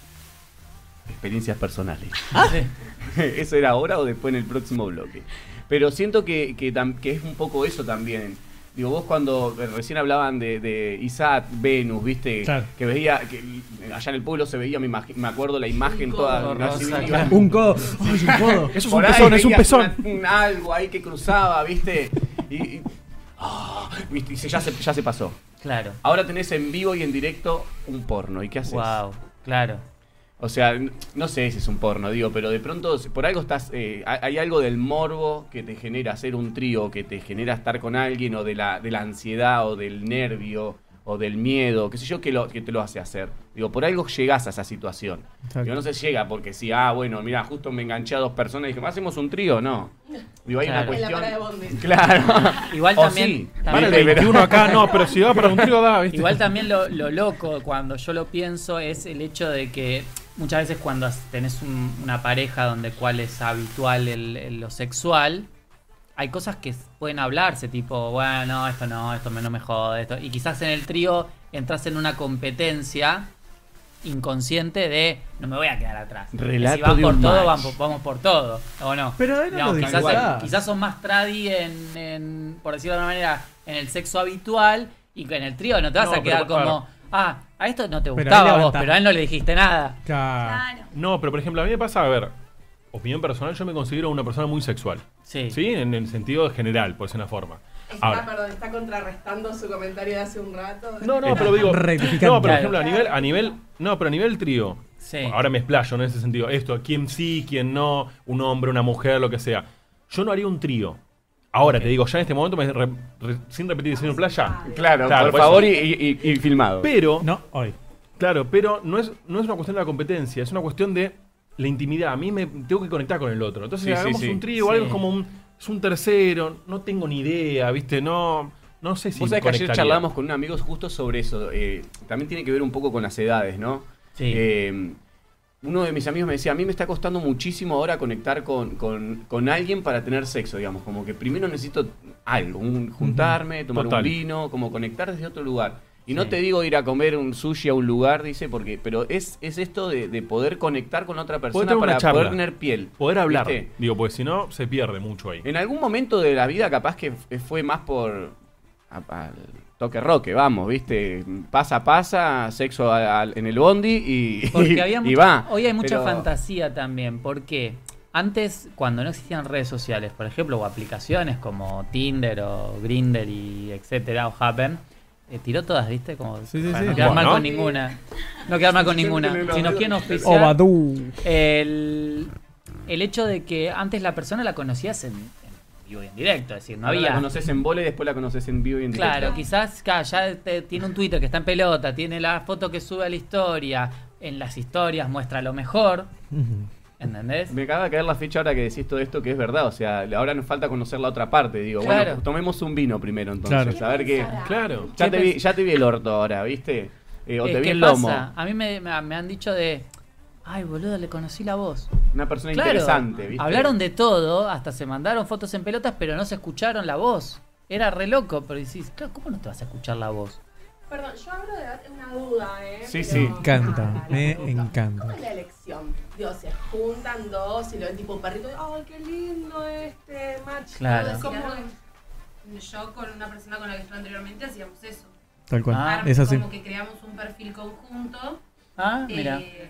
S6: experiencias personales.
S1: Sí.
S6: [laughs] ¿Eso era ahora o después en el próximo bloque? Pero siento que, que, tam- que es un poco eso también. Digo, vos cuando eh, recién hablaban de, de Isaac, Venus, viste,
S4: Claro.
S6: que veía, que eh, allá en el pueblo se veía, me, imagi- me acuerdo la imagen toda.
S1: codo rosa,
S6: iba-
S1: claro.
S4: Un
S6: [laughs]
S4: codo. Ay, un codo.
S2: Eso es
S6: por
S2: un
S6: ahí
S2: pezón, es un
S6: veías
S2: pezón.
S6: una- un algo ahí que cruzaba, viste, y, y- ah, viste, y se- ya, se, ya se pasó.
S1: [laughs] Claro.
S6: Ahora tenés en vivo y en directo un porno, ¿y qué haces?
S1: Wow. Claro.
S6: O sea, n- no sé si es un porno, digo, pero de pronto si- por algo estás. eh, hay hay algo del morbo que te genera hacer un trío, que te genera estar con alguien, o de la, de la ansiedad, o del nervio, o del miedo, qué sé yo, que, lo, que te lo hace hacer. Digo, por algo llegás a esa situación.
S4: Exacto.
S6: Digo, no se llega porque si, ah, bueno, mira, justo me enganché a dos personas y dije, ¿hacemos un trío? No. Digo, hay
S1: Claro.
S6: una
S7: En la parada de
S6: cuestión. [laughs]
S7: Bondi.
S6: Claro. [laughs]
S1: Igual
S6: O
S1: también.
S6: Oh, sí,
S1: también-
S2: Para el
S6: Vale,
S2: 21 acá, no, pero si da para un
S1: [laughs]
S2: trío da, ¿viste?
S1: Igual también lo, lo loco cuando yo lo pienso es el hecho de que muchas veces cuando has- tenés un- una pareja donde cuál es habitual el, el- lo sexual, hay cosas que s- pueden hablarse, tipo, bueno, esto no, esto me- no me jode, esto. Y quizás en el trío entras en una competencia inconsciente de no me voy a quedar atrás. Que
S6: Relato
S1: si van
S6: de
S1: por
S6: un
S1: todo,
S6: match.
S1: van por- vamos por todo. ¿O no?
S4: Pero ahí no
S1: Digamos,
S4: lo
S1: quizás,
S4: discutás.
S1: quizás son más tradi en, en, por decirlo de alguna manera, en el sexo habitual y que en el trío no te vas
S2: No,
S1: a quedar
S2: pero,
S1: como, ah, a esto no te
S4: Pero ahí
S1: gustaba a vos,
S4: levantás.
S1: pero a él no le dijiste nada.
S4: Claro.
S5: Claro.
S2: No, pero por ejemplo, a mí me pasa, a ver, opinión personal, yo me considero una persona muy sexual.
S1: Sí.
S2: ¿Sí? En el sentido general, por decir una forma.
S7: Está,
S2: Ahora,
S7: perdón, está contrarrestando su comentario de hace un rato.
S2: no, no, pero digo.
S4: Rectificante.
S2: No, pero por
S1: Claro.
S2: ejemplo, a nivel, a nivel. No, pero a nivel trío.
S1: Sí.
S2: Ahora me explayo ¿no? en ese sentido. Esto, quién sí, quién no, un hombre, una mujer, lo que sea. Yo no haría un trío. Ahora te digo, ya en este momento, me re- re- sin repetir, sin un playa.
S6: Claro,
S2: Claro,
S6: por
S2: por eso.
S6: favor, y, y- y- y filmado.
S2: Pero,
S4: No, hoy.
S2: claro, pero no es, no es una cuestión de la competencia, es una cuestión de la intimidad. A mí me tengo que conectar con el otro. Entonces,
S6: Sí, sí,
S2: hagamos
S6: sí.
S2: un trío o
S1: Sí.
S2: algo es como un, es un tercero, no tengo ni idea, ¿viste? No, no sé si.
S6: Vos sabés que ayer
S2: conectaría.
S6: charlamos con un amigo justo sobre eso. eh, también tiene que ver un poco con las edades, ¿no?
S1: Sí.
S6: Eh, uno de mis amigos me decía, a mí me está costando muchísimo ahora conectar con, con- con alguien para tener sexo, digamos. Como que primero necesito algo, un- juntarme, tomar
S2: Total.
S6: un vino, como conectar desde otro lugar. Y no
S1: Sí.
S6: te digo ir a comer un sushi a un lugar, dice, porque pero es, es esto de, de poder conectar con otra
S2: tener
S6: persona
S2: una
S6: para
S2: charla.
S6: poder tener piel.
S2: Poder hablar.
S6: ¿viste?
S2: Digo, porque si no, se pierde mucho ahí.
S6: En algún momento de la vida capaz que f- eh, fue más por a- al toque roque, vamos, viste, pasa pasa, sexo a- al- en el bondi y, y- [laughs]
S1: Porque había
S6: y
S1: mucha-
S6: va.
S1: hoy hay mucha
S6: Pero-
S1: fantasía también, porque antes, cuando no existían redes sociales, por ejemplo, o aplicaciones como Tinder o Grindr y etcétera, o Happen, eh, tiró todas, ¿viste? Como
S4: Sí, sí,
S1: para
S4: sí.
S1: no quedar mal
S2: Bueno.
S1: con ninguna. No quedar mal con ninguna. Si nos quieren
S4: O
S1: auspiciar,
S4: Badu.
S1: el, el hecho de que antes la persona la conocías en, en vivo y en directo, es decir, no
S6: Ahora La
S1: había.
S6: conoces en vole y después la conoces en vivo y en
S1: Claro,
S6: directo.
S1: quizás claro, ya te- tiene un Twitter que está en pelota, tiene la foto que sube a la historia, en las historias muestra lo mejor, ¿entendés?
S6: Me acaba de caer la fecha ahora que decís todo esto que es verdad, o sea, ahora nos falta conocer la otra parte, digo, bueno,
S1: Claro.
S6: pues tomemos un vino primero entonces,
S4: Claro.
S6: a ver qué.
S2: Claro.
S6: Ya
S1: ¿Qué
S6: te, vi,
S1: pens-
S6: ya te vi el orto ahora, ¿viste? Eh, o
S1: Es
S6: te vi
S1: que
S6: el lomo.
S1: pasa, a mí me, me- me han dicho de, ay boludo, le conocí la voz.
S6: Una persona
S1: Claro,
S6: interesante, ¿viste?
S1: hablaron de todo, hasta se mandaron fotos en pelotas, pero no se escucharon la voz. Era re loco, pero decís, claro, ¿cómo no te vas a escuchar la voz?
S7: Perdón, yo hablo de una duda, ¿eh?
S6: Sí,
S7: Pero-
S6: sí.
S4: Me encanta,
S7: Ah, la
S4: me
S7: pregunta. ¿Cómo
S4: encanta.
S7: es la elección? Dios, se juntan dos y lo ven tipo un perrito. ¡Ay, qué lindo este match!
S1: Claro.
S7: ¿Cómo
S5: Como
S7: es?
S5: Yo con una persona con la que estuve anteriormente hacíamos eso.
S4: Tal cual.
S1: Ah.
S4: es así.
S5: Como que creamos un perfil conjunto.
S1: Ah, mira.
S5: eh,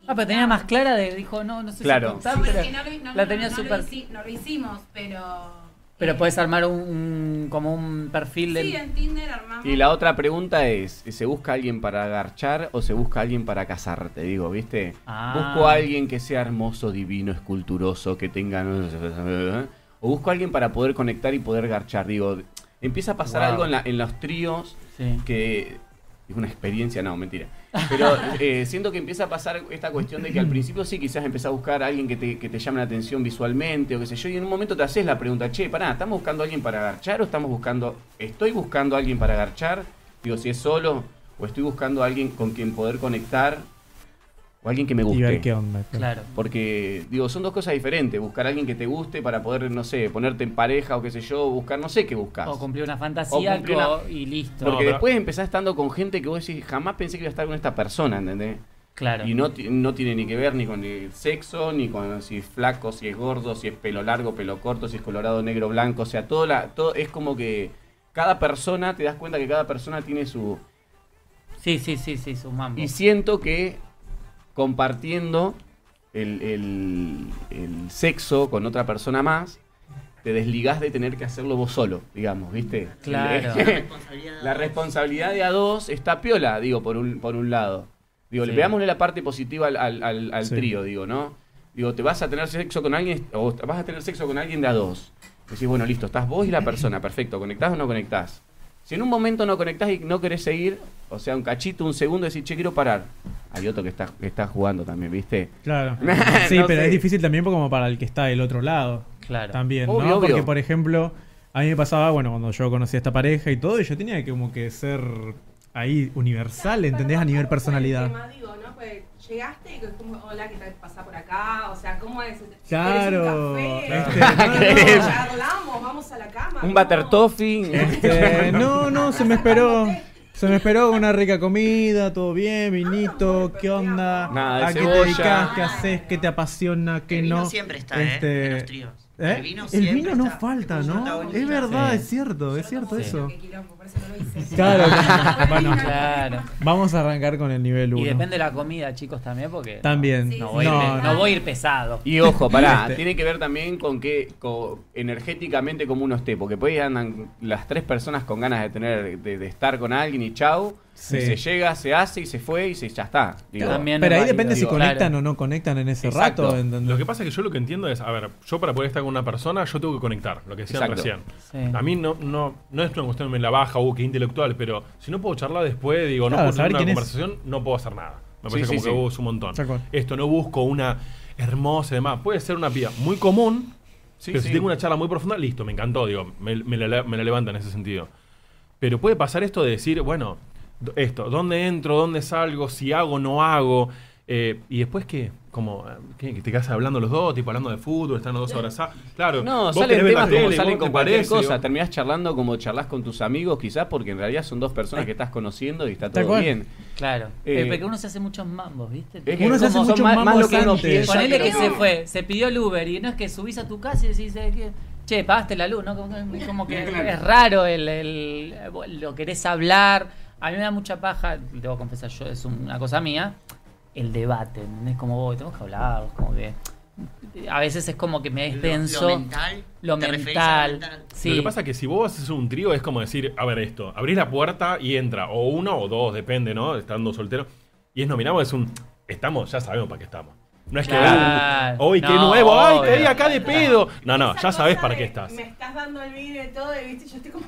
S5: y
S1: Ah, pero tenía
S5: nada.
S1: más clara de, dijo, no, no sé
S6: Claro.
S1: si contar,
S5: Sí,
S1: pero,
S5: porque no lo, no,
S1: la
S5: no,
S1: tenía
S5: no
S1: súper-
S5: Lo hici- no lo hicimos, pero.
S1: pero
S5: eh,
S1: puedes armar un, un- como un perfil del...
S5: Sí, en Tinder armamos.
S6: Y la otra pregunta es, ¿se busca alguien para agarchar o se busca alguien para casarte? Digo, ¿viste?
S1: Ah.
S6: Busco a alguien que sea hermoso, divino, esculturoso, que tenga... ¿eh? O busco a alguien para poder conectar y poder garchar. Digo, empieza a pasar
S1: Wow.
S6: algo en, la- en los tríos
S1: Sí.
S6: que... Es una experiencia, no, mentira.
S4: [laughs]
S6: Pero eh, siento que empieza a pasar esta cuestión de que al principio sí, quizás empezás a buscar a alguien que te, que te llame la atención visualmente o qué sé yo, y en un momento te haces la pregunta, che, pará, ¿estamos buscando a alguien para agarchar o estamos buscando, estoy buscando a alguien para agarchar? Digo, si es solo, o estoy buscando a alguien con quien poder conectar, o alguien que me
S4: Y ver
S6: guste.
S4: qué onda. pues.
S1: Claro.
S6: Porque, digo, son dos cosas diferentes. Buscar a alguien que te guste para poder, no sé, ponerte en pareja o qué sé yo, buscar, no sé qué buscas.
S1: O cumplir una fantasía
S6: O cumplir una-
S1: co- y listo.
S2: No,
S6: Porque
S2: pero-
S6: después empezás estando con gente que vos decís, jamás pensé que iba a estar con esta persona, ¿entendés?
S1: claro.
S6: Y no, ti- no tiene ni que ver ni con el sexo, ni con si es flaco, si es gordo, si es pelo largo, pelo corto, si es colorado, negro, blanco. O sea, todo, la, todo es como que cada persona, te das cuenta que cada persona tiene su...
S1: Sí, sí, sí, sí, su mambo. [laughs]
S6: Y siento que compartiendo el, el- el sexo con otra persona más, te desligás de tener que hacerlo vos solo, digamos, ¿viste?
S1: Claro.
S6: [laughs] La responsabilidad de a dos está piola, digo, por un, por un lado. Digo,
S2: Sí.
S6: veámosle la parte positiva al, al- al- al
S4: Sí.
S6: trío, digo, ¿no? Digo, te vas a tener sexo con alguien, o vas a tener sexo con alguien de a dos. Decís, bueno, listo, estás vos y la persona, perfecto, ¿conectás o no conectás? Si en un momento no conectás y no querés seguir, o sea, un cachito, un segundo, decís, che, quiero parar. Hay otro que está, que está jugando también, ¿viste?
S4: Claro.
S6: [laughs] No
S4: Sí, pero
S6: sé.
S4: es difícil también como para el que está del otro lado.
S1: Claro.
S4: También,
S6: Obvio,
S4: ¿no?
S6: obvio.
S4: Porque, por ejemplo, a mí me pasaba, bueno, cuando yo conocí a esta pareja y todo, y yo tenía que como que ser ahí universal, ¿entendés? A nivel personalidad.
S7: Tema, digo, ¿no? Pues llegaste y como, hola, ¿qué tal? ¿Pasá por acá? O sea, ¿cómo es?
S4: Claro.
S7: ¿Querés un [laughs]
S4: Este, no,
S7: café?
S4: no,
S7: No,
S6: ¿Querés?
S7: ya hablamos, vamos a la cama.
S6: Un
S7: no.
S6: butter toffee.
S4: [laughs]
S6: [laughs]
S4: Este, no, no, se me esperó. Se me esperó una rica comida, todo bien, vinito, ¿qué onda?
S6: Nada de
S4: ¿A qué
S6: cebolla.
S4: te dedicas? ¿Qué haces? ¿Qué te apasiona? ¿Qué
S3: el vino
S4: no?
S3: siempre está, ¿eh?
S4: Este,
S3: En los tríos.
S4: ¿eh?
S3: El vino,
S4: El
S3: siempre
S4: vino no
S3: está.
S4: falta,
S3: Es una
S4: ¿no?
S3: bonita.
S4: Es verdad,
S1: Sí.
S4: es cierto, es cierto
S1: Sí.
S4: eso.
S7: Qué quilombo, por eso no
S1: [laughs]
S7: lo hice.
S4: Claro,
S5: [laughs]
S4: bueno,
S1: Claro.
S4: vamos a arrancar con el nivel 1.
S1: Y depende de la comida, chicos, también, porque.
S4: También.
S7: Sí,
S1: No,
S7: sí,
S1: voy,
S7: No,
S1: a ir, pe-
S7: no.
S1: no voy a ir pesado.
S6: Y ojo,
S2: [laughs]
S6: pará,
S4: Este.
S6: tiene que ver también con que co- energéticamente como uno esté, porque por ahí andan las tres personas con ganas de tener, de, de estar con alguien y chau,
S4: Sí.
S6: y se llega, se hace y se fue y se, ya está. Digo,
S1: También
S4: Pero
S1: es
S4: ahí
S1: válido,
S4: depende si
S6: digo,
S4: conectan
S1: claro.
S4: o no conectan en ese
S6: Exacto.
S4: rato. ¿entendés?
S2: Lo que pasa es que yo lo que entiendo es, a ver, yo para poder estar con una persona, yo tengo que conectar, lo que decían
S6: Exacto.
S2: recién.
S1: Sí.
S2: A mí no, no, no es una cuestión de me la baja, uh, que intelectual, pero si no puedo charlar después, digo,
S4: Claro,
S2: no puedo tener
S4: saber
S2: una
S4: quién es.
S2: conversación, no puedo hacer nada. Me
S6: Sí,
S2: parece
S6: sí,
S2: como
S6: sí.
S2: que es un montón.
S4: Tal cual.
S2: Esto, no busco una hermosa y demás. Puede ser una pía muy común,
S6: Sí,
S2: pero
S6: sí.
S2: si tengo una charla muy profunda, listo, me encantó, digo, me, me la, me la levanta en ese sentido. Pero puede pasar esto de decir, bueno, d- esto, ¿dónde entro? ¿Dónde salgo? Si hago, no hago. Eh, y después que, como, eh, ¿qué? que te quedas hablando los dos, tipo hablando de fútbol, están los dos abrazados. Claro,
S6: Eh, No,
S2: vos
S6: salen
S2: querés ver la
S6: temas como
S2: tele,
S6: salen
S2: vos
S6: con
S2: te
S6: cualquier
S2: parece,
S6: cosa.
S2: digo,
S6: Terminás charlando como charlas con tus amigos, quizás, porque en realidad son dos personas que estás conociendo y está
S4: Tal
S6: todo
S4: cual.
S6: bien.
S1: Claro.
S6: Eh,
S1: Eh, porque uno se hace muchos mambos, ¿viste?
S6: Es
S4: Uno se hace
S1: Como-
S6: son
S4: muchos
S6: más, más lo
S4: mambos
S6: que uno
S4: antes.
S6: piensa.
S1: Ponele que
S6: creo
S1: se fue, se pidió el Uber y no es que subís a tu casa y decís, eh, que- che, pagaste la luz, ¿no? Como, que- como que es raro el, el- lo querés hablar. A mí me da mucha paja, debo confesar yo, es una cosa mía, el debate, ¿entendés? Como vos, tenemos que hablar, como que... A veces es como que me
S3: Lo-
S1: despenso.
S3: Lo, mental.
S1: lo
S3: ¿te referís a lo
S1: mental,
S3: mental?
S1: sí.
S2: Lo que pasa es que si vos haces un trío es como decir, a ver esto, abrís la puerta y entra, o uno o dos, depende, ¿no? Estando soltero. Y es nominado, es un, estamos, ya sabemos para qué estamos. No es que,
S1: Claro.
S2: "Uh, uy, qué
S1: No,
S2: nuevo, ay, te
S1: obvio.
S2: vi acá de pedo. No, no,
S7: Esa
S2: ya sabés
S7: cosa
S2: para
S7: de,
S2: qué estás.
S7: Me estás dando el vino y todo, y viste, yo estoy
S5: [laughs]
S7: como.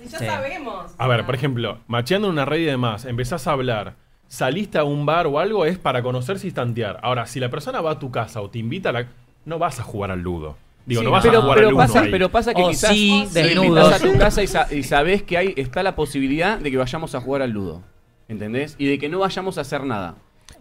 S7: si ya
S1: Sí.
S7: sabemos.
S2: A ver, por ejemplo, macheando en una red y demás, empezás a hablar, saliste a un bar o algo, es para conocerse y tantear. Ahora, si la persona va a tu casa o te invita a la... No vas a jugar al ludo. Digo,
S6: Sí,
S2: no vas
S6: pero,
S2: a jugar
S6: pero
S2: al ludo
S6: pasa,
S2: ahí.
S6: pero pasa que
S1: O
S6: quizás
S1: sí,
S6: lo invitás
S1: desnudos.
S6: a tu casa y, sa- y sabés que ahí está la posibilidad de que vayamos a jugar al ludo. ¿Entendés? Y de que no vayamos a hacer nada.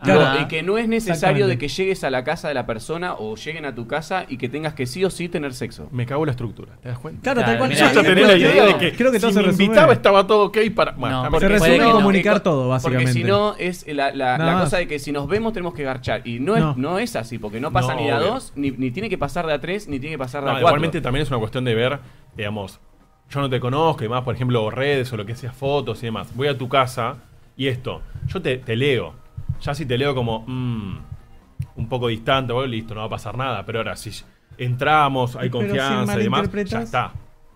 S1: Claro.
S6: Digo, y que no es necesario
S4: Exactamente.
S6: de que llegues a la casa de la persona o lleguen a tu casa y que tengas que sí o sí tener sexo.
S2: Me cago en la estructura, ¿te das cuenta?
S4: Claro, tal
S1: Claro,
S4: cual.
S1: mirá,
S2: Yo
S1: Sí,
S2: ya tenés la
S4: creo
S2: idea de que,
S4: creo que todo
S2: si
S4: se
S2: me
S4: resume.
S2: invitaba estaba todo ok para...
S1: No,
S2: Bueno,
S1: porque
S2: porque
S4: Se resume
S1: puede que
S4: en
S1: no.
S4: comunicar todo,
S6: Porque
S4: básicamente.
S6: si no, es la,
S4: Nada
S6: la- la
S4: más.
S6: cosa de que si nos vemos tenemos que garchar. Y no es,
S4: No.
S6: no. es así, porque no pasa
S2: No,
S6: ni de a
S2: obvio.
S6: dos, ni, ni tiene que pasar de a tres, ni tiene que pasar de
S2: No,
S6: a cuatro.
S2: igualmente también es una cuestión de ver, digamos, yo no te conozco y más, por ejemplo, o redes o lo que sea, fotos y demás. Voy a tu casa y esto, yo te, te leo. Ya si te leo como, mm, un poco distante, bueno, listo, no va a pasar nada. Pero ahora, si entramos, hay
S4: Pero si
S2: confianza y demás, ya
S4: malinterpretas-
S2: está.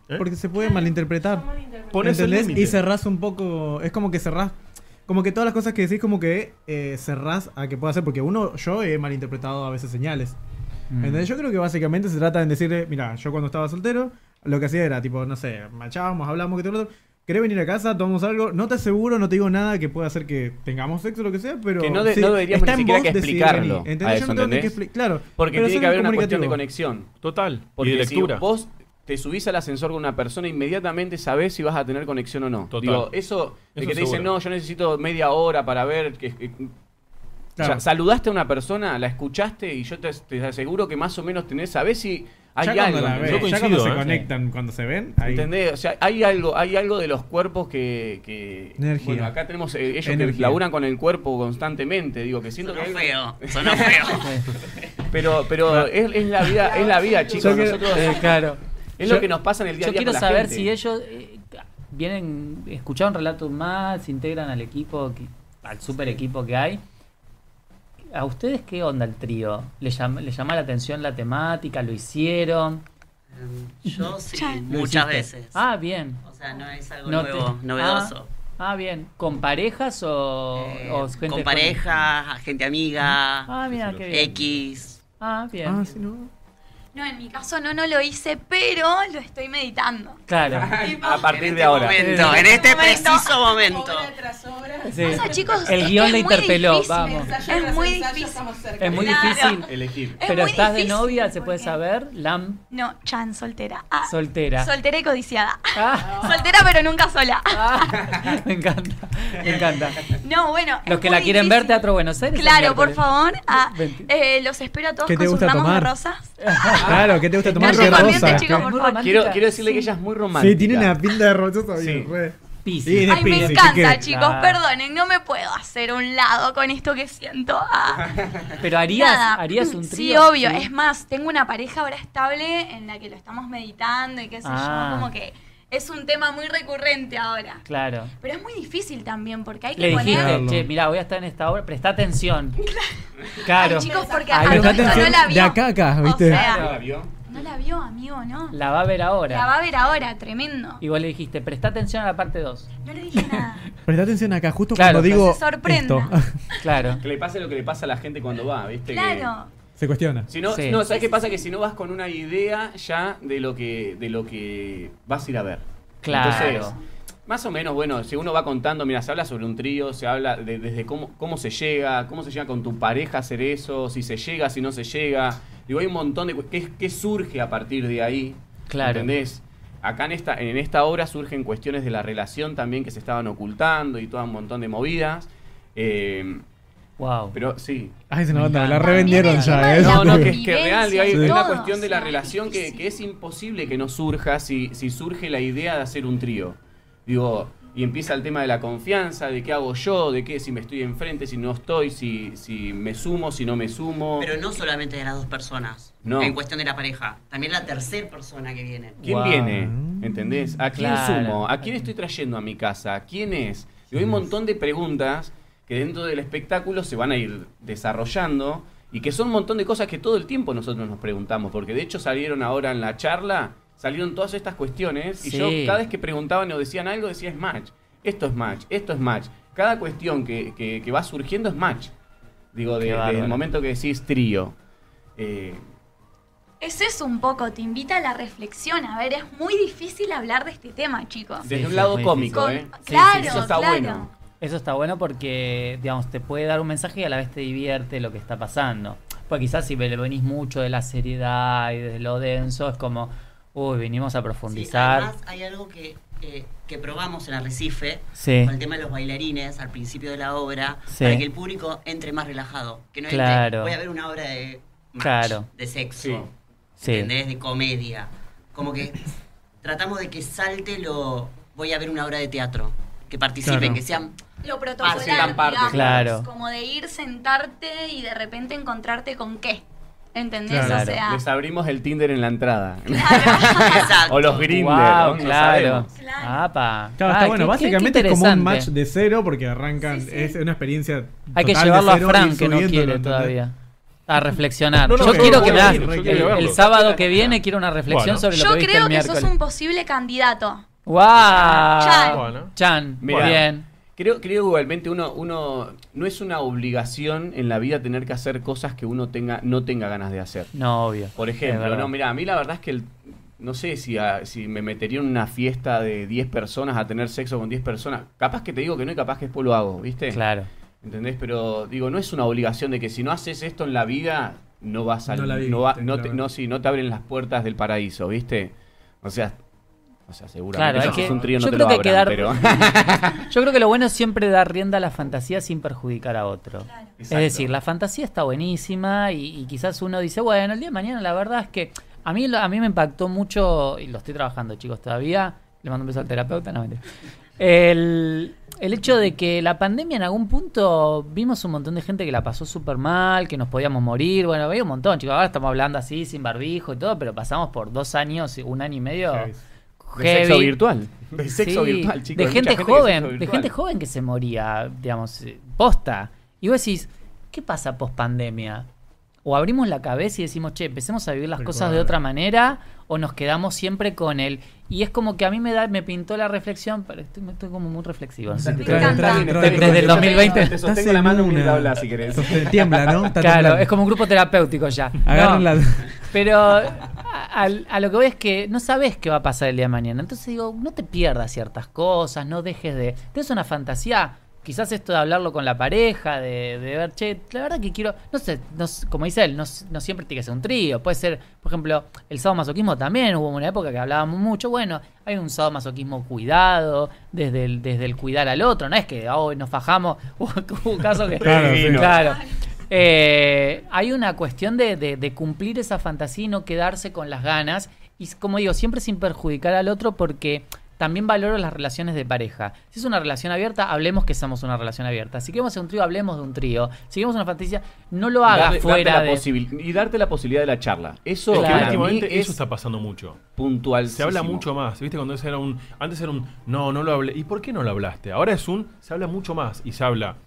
S2: ¿Eh?
S4: Porque se puede malinterpretar.
S7: Son malinterpretados.
S2: Pones el
S4: ¿Entendés?
S2: límite.
S4: Y cerrás un poco. Es como que cerrás. Como que todas las cosas que decís, como que eh, cerrás a que pueda ser. Porque uno, yo he malinterpretado a veces señales.
S1: Mm.
S4: ¿Entendés? Yo creo que básicamente se trata de decir, mira, yo cuando estaba soltero, lo que hacía era, tipo, no sé, machábamos, hablamos, que todo lo otro. ¿Querés venir a casa? Tomamos algo. No te aseguro, no te digo nada que pueda hacer que tengamos sexo, lo que sea, pero.
S6: Que no de-
S4: sí,
S6: no deberíamos
S4: está en
S6: ni siquiera
S4: vos
S6: que
S4: decidir
S6: explicarlo
S4: venir.
S6: a
S4: ¿Entendés? Yo
S6: eso,
S4: no tengo ni que
S6: ¿entendés?
S4: expli- Claro.
S6: Porque
S4: pero
S6: tiene
S4: soy
S6: que haber una cuestión de
S4: comunicativo.
S6: conexión.
S2: Total.
S6: Porque
S2: y de lectura.
S6: si vos te subís al ascensor con una persona, inmediatamente sabés si vas a tener conexión o no.
S2: Total.
S6: Digo, eso de
S2: Eso
S6: que te dicen,
S2: seguro.
S6: no, yo necesito media hora para ver... Que, que-
S4: Claro.
S6: O sea, saludaste a una persona, la escuchaste y yo te, te aseguro que más o menos tenés, sabés si hay
S4: Ya
S6: algo.
S4: cuando la ves,
S6: ¿entendés?
S2: Yo
S4: ya cuando
S2: coincido,
S4: se
S2: ¿eh?
S4: conectan, cuando se ven, ahí.
S6: ¿Entendés? O sea, hay algo, hay algo de los cuerpos que. que-
S4: Energía.
S6: Bueno, acá tenemos eh, ellos que
S4: Energía.
S6: laburan con el cuerpo constantemente. Digo que siento
S3: Sonó
S6: que. hay-
S3: feo. Sonó [laughs] feo.
S6: Pero, pero es, es la vida, es la vida, chicos.
S4: Yo quiero-
S6: Nosotros,
S1: Eh, claro.
S6: es
S1: yo-
S6: lo que nos pasa en el día a
S1: Yo
S6: día.
S1: quiero
S6: con la
S1: saber
S6: gente.
S1: si ellos eh, vienen, escucharon relatos más, se integran al equipo, que- al super equipo que hay. ¿A ustedes qué onda el trío? ¿Les llama, les llama la atención la temática? ¿Lo hicieron?
S3: Em, Yo sí,
S5: Ya.
S3: muchas veces.
S1: Ah, bien.
S3: O sea, no es algo
S1: No te-
S3: nuevo, novedoso.
S1: Ah, bien. ¿Con parejas o,
S3: Eh,
S1: o gente
S3: con
S1: joven?
S3: pareja, gente amiga,
S1: Ah, mira, qué bien.
S3: X.
S1: Ah, bien.
S4: Ah, sí, no.
S5: No, en mi caso no, no lo hice, pero lo estoy meditando.
S6: [laughs]
S1: Claro.
S6: A partir
S3: En
S6: de
S3: este
S6: ahora.
S3: momento, en
S5: En
S3: este
S5: este momento.
S3: preciso momento.
S7: Obra tras obra.
S1: Sí.
S5: Pasa, chicos,
S1: El
S5: es
S1: guión
S5: que
S1: le
S5: es muy
S1: interpeló,
S5: difícil.
S1: vamos.
S7: Ensayo
S5: Es
S7: tras
S5: muy
S7: ensayo,
S5: difícil.
S7: estamos cerca.
S1: Es muy
S5: Claro.
S1: difícil.
S6: Elegir.
S5: Es
S1: Pero
S5: muy
S1: estás de
S5: difícil,
S1: novia, se puede
S5: porque-
S1: saber. Lam,
S5: No, Chan, soltera. Ah,
S1: soltera.
S5: soltera y codiciada.
S1: Ah, [laughs]
S5: [laughs] Soltera, pero nunca sola.
S1: ah, me encanta, me encanta.
S5: No, bueno. es
S1: Los que la
S5: muy
S1: quieren ver,
S5: difícil.
S1: Teatro Buenos Aires. el
S5: Claro, por
S1: miércoles.
S5: favor. Ah,
S1: Veinti-
S5: eh, los espero a todos
S4: ¿Qué te
S5: con sus
S4: gusta
S5: ramos
S4: tomar?
S5: de rosas.
S6: Ah,
S4: Ah, Claro, ¿qué te gusta tomar?
S5: No
S4: ¿Qué
S5: se
S4: rosa?
S5: convierte, chicos,
S1: Muy
S5: por favor.
S1: romántica.
S6: Quiero, quiero decirle que ella es muy romántica.
S4: Sí, tiene una pinta de rochosa
S6: Sí.
S4: bien re.
S1: Piscis.
S4: Sí.
S5: Ay, me
S4: Piscis,
S5: encanta,
S4: ¿qué?
S5: chicos.
S1: Claro.
S5: Perdonen, no me puedo hacer un lado con esto que siento. Ah.
S1: Pero harías,
S5: Nada.
S1: harías un trío.
S5: Sí, obvio.
S1: Sí.
S5: Es más, tengo una pareja ahora estable en la que lo estamos meditando y qué sé
S1: Ah.
S5: yo. Como que es un tema muy recurrente ahora.
S1: Claro.
S5: Pero es muy difícil también porque hay que
S1: Le dijiste,
S5: poner.
S4: Claro.
S1: che, mirá, voy a estar en esta obra, presta atención.
S5: Ay,
S1: Claro.
S5: chicos, porque
S1: Ahí
S5: a
S1: está.
S5: todo esto no la vio.
S4: De acá a acá, ¿viste?
S5: O
S6: ¿No la
S5: sea,
S6: vio?
S5: no la vio, amigo, no.
S1: La va a ver ahora.
S5: La va a ver ahora, tremendo.
S1: Y vos le dijiste, presta atención a la parte 2.
S5: No le
S1: [laughs]
S5: dije nada.
S4: Presta atención acá, justo
S1: Claro,
S4: cuando digo
S5: se sorprenda.
S4: esto. [laughs]
S1: Claro.
S6: Que le pase lo que le pasa a la gente cuando va, ¿viste? Que-
S5: Claro.
S4: se cuestiona.
S6: Si no,
S1: Sí.
S6: no, ¿sabes qué pasa? Que si no vas con una idea ya de lo que, de lo que vas a ir a ver.
S1: Claro.
S6: Entonces, más o menos, bueno, si uno va contando, mira, se habla sobre un trío, se habla de- desde cómo, cómo se llega, cómo se llega con tu pareja a hacer eso, si se llega, si no se llega. Digo, hay un montón de cu- qué, qué surge a partir de ahí.
S1: Claro.
S6: ¿Entendés? Acá en esta, en esta obra surgen cuestiones de la relación también que se estaban ocultando y todo un montón de movidas. Eh,
S1: Wow.
S6: pero sí,
S4: Ay, se nos nota, la
S5: También
S4: revendieron
S5: el tema
S4: ya,
S5: de
S4: ¿eh?
S5: la
S6: no, no, que es
S5: convivencia
S6: que real, digo, hay
S5: y
S6: hay una
S5: todo,
S6: cuestión de
S5: o sea,
S6: la relación que,
S5: difícil.
S6: que es imposible que no surja si, si surge la idea de hacer un trío. Digo, y empieza el tema de la confianza, de qué hago yo, de qué, si me estoy enfrente, si no estoy, si, si me sumo, si no me sumo.
S3: Pero no solamente de las dos personas.
S6: No.
S3: En cuestión de la pareja. También la tercera persona que viene.
S6: ¿Quién
S1: Wow.
S6: viene? ¿Entendés? ¿A quién
S1: Claro.
S6: sumo? ¿A quién estoy trayendo a mi casa? ¿Quién es? Y hay un montón de preguntas que dentro del espectáculo se van a ir desarrollando y que son un montón de cosas que todo el tiempo nosotros nos preguntamos, porque de hecho salieron ahora en la charla, salieron todas estas cuestiones y
S1: Sí.
S6: yo cada vez que preguntaban o decían algo decía es match, esto es match, esto es match. Cada cuestión que, que- que va surgiendo es match. Digo,
S1: Qué
S6: de- desde
S1: bárbaro.
S6: el momento que decís trío. Eh,
S5: Eso es un poco, te invita a la reflexión. A ver, es muy difícil hablar de este tema, chicos.
S6: desde
S1: sí,
S6: un lado
S1: muy
S6: cómico,
S5: Con-
S6: ¿eh?
S5: Claro,
S6: Eso está
S5: claro.
S6: bueno.
S1: Eso está bueno porque, digamos, te puede dar un mensaje y a la vez te divierte lo que está pasando. Pues quizás si le venís mucho de la seriedad y de lo denso, es como, uy, vinimos a
S3: Sí,
S1: profundizar.
S3: además, hay algo que, eh, que probamos en Arrecife.
S1: Sí.
S3: Con el tema de los bailarines al principio de la obra.
S1: Sí.
S3: Para que el público entre más relajado. Que no entre.
S1: Claro.
S3: Voy a ver una obra de. match,
S1: Claro.
S3: De sexo.
S6: Sí.
S1: Sí.
S3: ¿entendés? De comedia. Como que tratamos de que salte lo. Voy a ver una obra de teatro. Que participen,
S4: Claro.
S1: [laughs]
S3: que sean.
S5: Lo
S6: Parte,
S5: protocolar,
S6: la parte,
S5: digamos,
S1: claro.
S5: como de ir, sentarte y de repente encontrarte con qué. ¿Entendés?
S1: Claro.
S5: O sea,
S6: Les abrimos el Tinder en
S1: [laughs]
S6: la entrada.
S3: Exacto.
S6: [laughs] o los Grindr.
S1: Wow,
S6: ¿no? No
S1: claro.
S6: sabemos.
S5: Claro.
S1: Apa.
S4: Claro,
S1: Ah,
S4: está
S1: qué-
S4: bueno.
S1: qué- qué
S4: Básicamente es como un
S1: interesante.
S4: match de cero porque arrancan.
S5: Sí, sí.
S4: Es una experiencia.
S1: Hay que
S4: total de
S1: llevarlo a
S4: cero,
S1: Fran,
S4: ir
S1: que no
S4: subiendo,
S1: quiere
S4: ¿entendés?
S1: todavía. A reflexionar.
S2: No, no,
S1: yo
S2: yo
S1: quiero
S2: quiero
S1: que me hagas
S2: verlo, yo
S1: el,
S2: quiero
S1: el
S2: verlo.
S1: sábado que viene quiero una reflexión
S2: Bueno.
S1: sobre lo
S5: yo
S1: que viste
S5: creo
S1: el
S5: que sos
S1: miércoles.
S5: un posible candidato.
S1: ¡Wow!
S5: Chan.
S2: Bueno.
S1: Chan,
S6: Mirá.
S1: bien.
S6: Creo, creo que igualmente uno, uno no es una obligación en la vida tener que hacer cosas que uno tenga, no tenga ganas de hacer.
S1: No, obvio.
S6: Por
S1: Es
S6: ejemplo,
S1: verdad.
S6: no, mira, a mí la verdad es que el- no sé si, a- si me metería en una fiesta de 10 personas a tener sexo con 10 personas. Capaz que te digo que no y capaz que después lo hago, ¿viste?
S1: Claro.
S6: ¿Entendés? Pero digo, no es una obligación de que si no haces esto en la vida, no vas a
S4: No la
S6: no,
S4: viviste,
S6: va- no, te,
S4: claro.
S6: no, sí, no te abren las puertas del paraíso, ¿viste? O sea, o sea seguramente
S1: Claro, hay
S6: si haces
S1: que-
S6: un trío no
S1: yo
S6: te
S1: creo
S6: lo
S1: que hay que
S6: abran,
S1: dar- [laughs]
S6: pero- [laughs]
S1: Yo creo que lo bueno es siempre dar rienda a la fantasía sin perjudicar a otro. Es
S6: Exacto.
S1: decir, la fantasía está buenísima y, y quizás uno dice, bueno, el día de mañana la verdad es que a mí, lo- a mí me impactó mucho, y lo estoy trabajando chicos todavía, le mando un beso al terapeuta, no mentira. El, el hecho de que la pandemia en algún punto vimos un montón de gente que la pasó súper mal, que nos podíamos morir, bueno, había un montón chicos, ahora estamos hablando así, sin barbijo y todo, pero pasamos por dos años, un año y medio.
S4: Heavy.
S6: De sexo
S1: heavy.
S6: virtual. De sexo
S1: Sí,
S6: virtual, chicos.
S1: De
S6: hay mucha
S1: gente
S6: que
S1: joven,
S6: sexo
S1: de
S6: virtual.
S1: gente joven que se moría, digamos, eh, posta. Y vos decís, ¿qué pasa post pandemia? O abrimos la cabeza y decimos, che, empecemos a vivir las
S4: Tal
S1: cosas
S4: cual.
S1: de otra manera, o nos quedamos siempre con el, Y es como que a mí me da, me pintó la reflexión, pero estoy, estoy como muy reflexivo. así
S5: Me
S1: que-
S5: encanta.
S1: Desde el 2020.
S6: Te sostengo la mano y habla si querés.
S4: Entonces, tiembla, ¿no? Está
S1: Claro,
S4: temblando.
S1: es como un grupo terapéutico ya. No,
S4: Agarran la-
S1: Pero a, al- a lo que voy es que no sabes qué va a pasar el día de mañana. Entonces digo, no te pierdas ciertas cosas, no dejes de. Tienes una fantasía. Quizás esto de hablarlo con la pareja, de, de ver, che, la verdad que quiero. No sé, no s- como dice él, no, s- no siempre tiene que ser un trío. Puede ser, por ejemplo, el sadomasoquismo también. Hubo una época que hablábamos mucho. Bueno, hay un sadomasoquismo cuidado, desde el, desde el cuidar al otro. No es que hoy nos fajamos. [laughs] Hubo, hubo casos que.
S4: Claro, sí.
S1: Claro. Eh, hay una cuestión de, de- de cumplir esa fantasía y no quedarse con las ganas. Y s- como digo, siempre sin perjudicar al otro porque también valoro las relaciones de pareja. Si es una relación abierta, hablemos que somos una relación abierta. Si queremos ser un trío, hablemos de un trío. Si queremos una fantasía, no lo hagas
S6: Darte- darte
S1: fuera
S6: la
S1: de...
S6: posibil- y darte la posibilidad de la charla. Eso
S2: Es que
S1: Claro.
S6: para mí
S2: últimamente
S6: es
S2: eso está pasando mucho.
S6: puntual.
S2: Se habla mucho más. ¿Viste? Cuando antes era un. Antes era un. No, no lo hablé. ¿Y por qué no lo hablaste? Ahora es un. Se habla mucho más. Y se habla.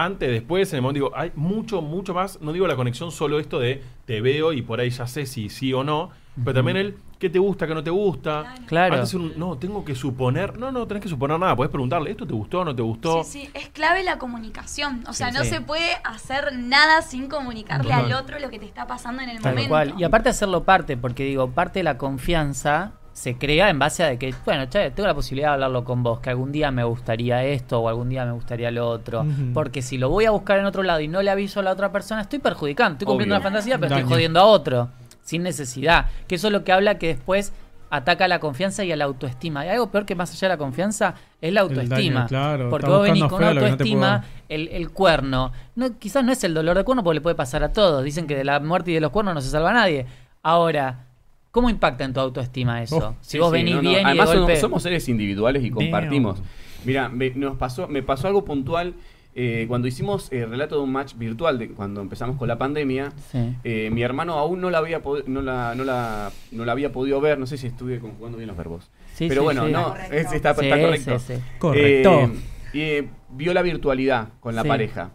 S2: Antes, después, en el momento. Digo, hay mucho, mucho más. No digo la conexión solo esto de te veo y por ahí ya sé si sí o no. Pero también el qué te gusta, qué no te gusta.
S1: Claro.
S2: Antes era un, no, tengo que suponer. No, no, tenés que suponer nada. Podés preguntarle, ¿esto te gustó, no te gustó?
S5: Sí, sí, es clave la comunicación. O sea,
S1: Sí,
S5: no
S1: sí.
S5: se puede hacer nada sin comunicarle
S2: Total.
S5: al otro lo que te está pasando en el
S1: Tal
S5: momento.
S1: cual. Y aparte hacerlo parte, porque digo, parte de la confianza se crea en base a de que, bueno, che, tengo la posibilidad de hablarlo con vos, que algún día me gustaría esto o algún día me gustaría lo otro.
S4: Ujú.
S1: Porque si lo voy a buscar en otro lado y no le aviso a la otra persona, estoy perjudicando, estoy cumpliendo
S6: Obvio.
S1: una fantasía, pero estoy
S4: Daño.
S1: jodiendo a otro, sin necesidad. Que eso es lo que habla que después ataca a la confianza y a la autoestima. Y algo peor que más allá de la confianza es la
S4: daño,
S1: autoestima.
S4: claro.
S1: Porque
S4: Estás
S1: vos venís
S4: buscando
S1: con una
S4: afuera lo que no te
S1: autoestima
S4: puedo-
S1: el, el cuerno. No, quizás no es el dolor de cuerno porque le puede pasar a todos. Dicen que de la muerte y de los cuernos no se salva nadie. Ahora, ¿cómo impacta en tu autoestima eso?
S4: Oh,
S1: si vos venís bien y de
S6: Además,
S1: golpe...
S6: somos, somos seres individuales y
S4: Damn.
S6: compartimos. Mira, me, nos pasó, me pasó algo puntual eh, cuando hicimos el relato de un match virtual, de, cuando empezamos con la pandemia.
S1: Sí.
S6: Eh, mi hermano aún no la, había pod- no, la, no, la, no la había podido ver, no sé si estuve conjugando bien los verbos.
S1: Sí,
S6: Pero
S1: sí,
S6: bueno,
S1: sí.
S6: no,
S7: Está
S6: es- está,
S1: Sí,
S6: está correcto.
S1: sí, sí.
S4: Correcto.
S6: Eh, y, eh, vio la virtualidad con la
S1: Sí.
S6: pareja.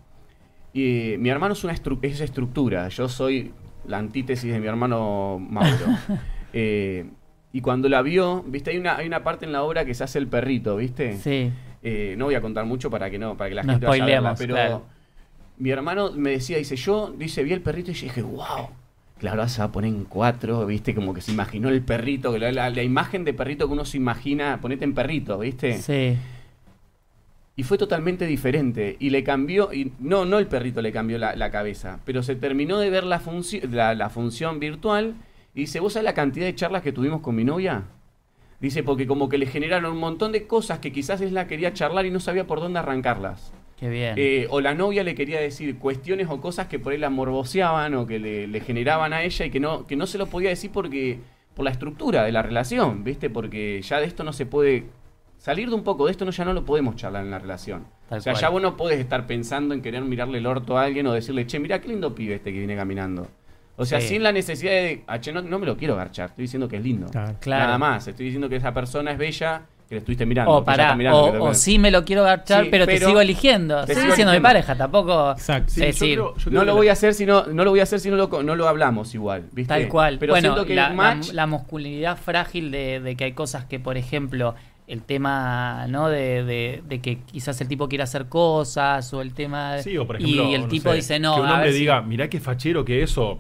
S6: Y, eh, mi hermano es una estru- es estructura. Yo soy la antítesis de mi hermano
S1: [laughs]
S6: Mauro. Eh, y cuando la vio, viste, hay una, hay una parte en la obra que se hace el perrito, ¿viste?
S1: Sí.
S6: Eh, no voy a contar mucho para que no, para que la
S1: No
S6: gente vaya a verla,
S1: spoileemos,
S6: pero
S1: claro.
S6: mi hermano me decía, dice, yo, dice, vi el perrito y yo dije, wow. Claro, ahora se va a poner en cuatro, viste, como que se imaginó el perrito, que la, la- la imagen de perrito que uno se imagina, ponete en perrito, viste.
S1: Sí.
S6: Y fue totalmente diferente. Y le cambió, y no, no el perrito le cambió la, la cabeza, pero se terminó de ver la, funci- la, la función virtual y dice, ¿vos sabés la cantidad de charlas que tuvimos con mi novia? Dice, porque como que le generaron un montón de cosas que quizás él la quería charlar y no sabía por dónde arrancarlas.
S1: Qué bien.
S6: Eh, o la novia le quería decir cuestiones o cosas que por ahí la morboseaban o que le, le generaban a ella y que no, que no se lo podía decir porque por la estructura de la relación, ¿viste? Porque ya de esto no se puede... Salir de un poco de esto no, ya no lo podemos charlar en la relación.
S1: Tal
S6: o sea,
S1: cual.
S6: ya vos no podés estar pensando en querer mirarle el orto a alguien o decirle, che, mira qué lindo pibe este que viene caminando. O sea,
S1: Sí.
S6: sin la necesidad de, ah, che, no, no me lo quiero garchar, estoy diciendo que es lindo.
S4: Claro.
S1: Claro.
S6: Nada más, estoy diciendo que esa persona es bella, que le estuviste mirando.
S1: o
S6: que ya está
S1: pará,
S6: mirando, que
S1: o,
S6: te-
S1: o sí me lo quiero garchar,
S6: Sí,
S1: pero, te
S6: pero-
S1: sigo eligiendo.
S6: te
S1: Sigue
S6: sigo
S1: siendo mi
S6: eligiendo.
S1: pareja, tampoco...
S4: Exacto.
S2: Sí,
S1: Es
S2: yo
S1: decir,
S2: creo- yo creo
S6: No
S2: que
S6: lo
S2: la-
S6: voy a hacer si no, no lo voy a hacer si no lo, co- no lo hablamos igual, ¿viste?
S1: Tal cual.
S6: Pero
S1: bueno,
S6: siento que
S1: la, la-
S6: un match
S1: la musculinidad frágil de, de que hay cosas que, por ejemplo, el tema no de, de- de que quizás el tipo quiera hacer cosas o el tema... de-
S2: Sí, o por ejemplo.
S1: y el
S2: no
S1: tipo
S2: sé,
S1: dice, no,
S2: Que un
S1: a
S2: hombre
S1: ver si-
S2: diga, mirá qué fachero que eso